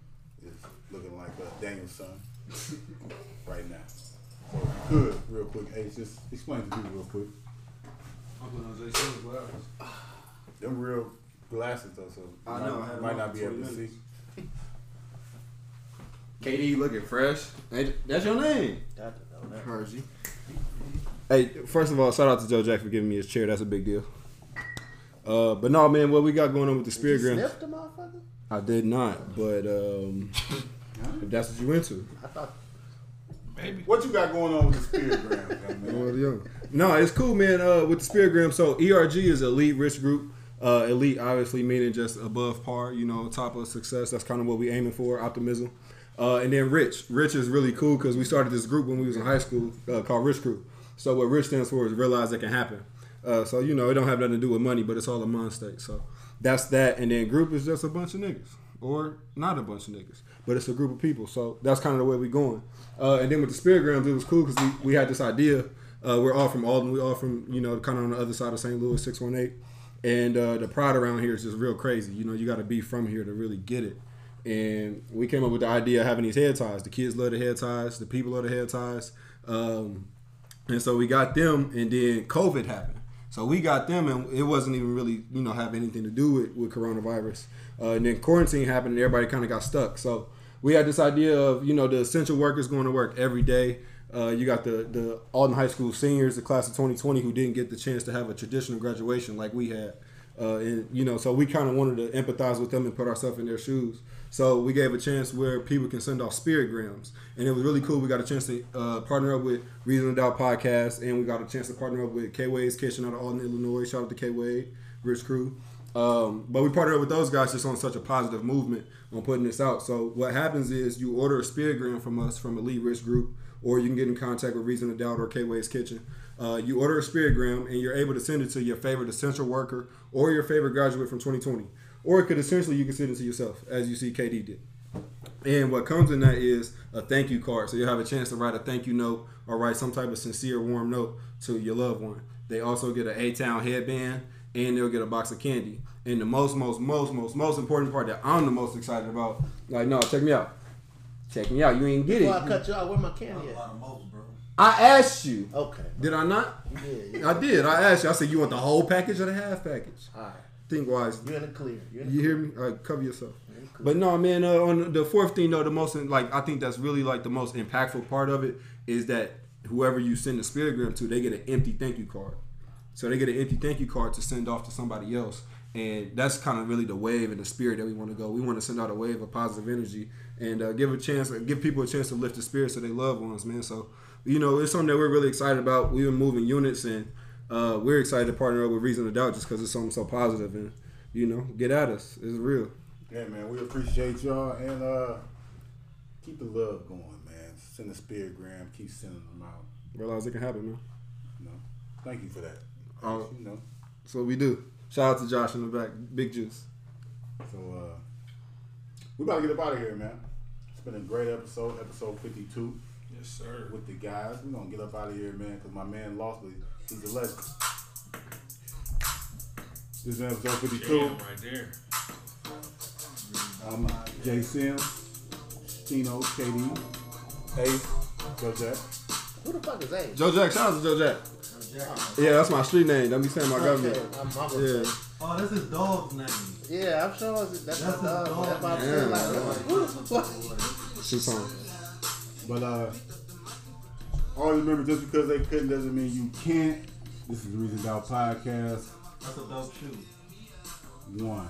is looking like uh, Daniel's son right now. So if you could, real quick, Ace, just explain to people real quick. I'm putting on Jay Sean's glasses. Them real glasses though, so I might, know, I had might them not for be able 20 to see. minutes. KD, you looking fresh. Hey, that's your name. Got to know that. Hershey. Hey, first of all, shout out to Joe Jack for giving me his chair. That's a big deal. Uh, but no, man, what we got going on with the You Spirit Grams? sniffed the motherfucker? I did not, but um, if that's what you into, I thought Maybe. What you got going on with the spirit grams, though, man? Well, yeah. No, it's cool, man. Uh, with the Spirit Gram, so ERG is elite rich group. Uh, elite, obviously, meaning just above par. You know, top of success. That's kind of what we aiming for. Optimism. Uh, and then rich. Rich is really cool because we started this group when we was in high school uh, called Rich Crew. So what rich stands for is realize that can happen. Uh, so you know, it don't have nothing to do with money, but it's all a mind state. So that's that. And then group is just a bunch of niggas, or not a bunch of niggas, but it's a group of people. So that's kind of the way we going. Uh, and then with the spirit grams, it was cool because we, we had this idea. Uh, we're all from Alden. We all from you know kind of on the other side of St. Louis, six one eight. And uh, the pride around here is just real crazy. You know, you got to be from here to really get it. And we came up with the idea of having these head ties. The kids love the head ties. The people love the head ties. Um, and so we got them, and then COVID happened. So we got them, and it wasn't even really, you know, have anything to do with, with coronavirus. Uh, and then quarantine happened, and everybody kind of got stuck. So we had this idea of, you know, the essential workers going to work every day. Uh, you got the, the Alden High School seniors, the class of 2020, who didn't get the chance to have a traditional graduation like we had. Uh, and, you know, so we kind of wanted to empathize with them and put ourselves in their shoes. So we gave a chance where people can send off spirit grams, and it was really cool. We got a chance to uh, partner up with Reasonable Doubt Podcast, and we got a chance to partner up with K Wade's Kitchen out of Alden, Illinois. Shout out to K Wade, Rich Crew. Um, but we partnered up with those guys just on such a positive movement on putting this out. So what happens is you order a spirit gram from us from Elite Rich Group, or you can get in contact with Reason to Doubt or K Wade's Kitchen. Uh, you order a spirit gram, and you're able to send it to your favorite essential worker or your favorite graduate from 2020 or it could essentially you can send it to yourself, as you see KD did. And what comes in that is a thank you card. So you'll have a chance to write a thank you note or write some type of sincere, warm note to your loved one. They also get an A Town headband and they'll get a box of candy. And the most, most, most, most, most important part that I'm the most excited about, like, no, check me out. Check me out. You ain't get it. before I cut you off, where my candy at? I asked you. Okay. Did I not? Yeah, yeah. I did. I asked you. I said, you want the whole package or the half package? All right. Think wise. You're in the clear. You're in the You hear me? All right, cover yourself. But no, man. Uh, on the fourth thing, though, the most like I think that's really like the most impactful part of it is that whoever you send the spirit gram to, they get an empty thank you card. So they get an empty thank you card to send off to somebody else, and that's kind of really the wave and the spirit that we want to go. We want to send out a wave of positive energy and uh, give a chance, give people a chance to lift the spirits of their loved ones, man. So you know, it's something that we're really excited about. We've been moving units, and uh, we're excited to partner up with Reason to Doubt just because it's something so positive and you know, get at us. It's real. Yeah, man, we appreciate y'all and uh, keep the love going, man. Send the spirit gram, keep sending them out. Realize it can happen, man. You know, thank you for that. Oh. you know, That's what we do. Shout out to Josh in the back, Big Juice. So uh we about to get up out of here, man. It's been a great episode, episode fifty two Yes, sir. with the guys. We're gonna get up out of here, man, because my man lost but he's a legend. This is episode fifty two. Damn, right there. I'm uh, Jay Sims, Tino, KD, Ace, Joe Jack. Who the fuck is that? Joe Jack, shout out to Joe Jack. Yeah, that's my street name. Don't be saying my government. Okay, I'm, I'm gonna Yeah, say- Oh, that's his dog's name. yeah, I'm sure it's, that's, That's that's, his dog, that's why I'm man. saying like, who the fuck? she's on. But uh, always remember, just because they couldn't doesn't mean you can't. This is the Reason Doubt Podcast That's a dog shoe. One.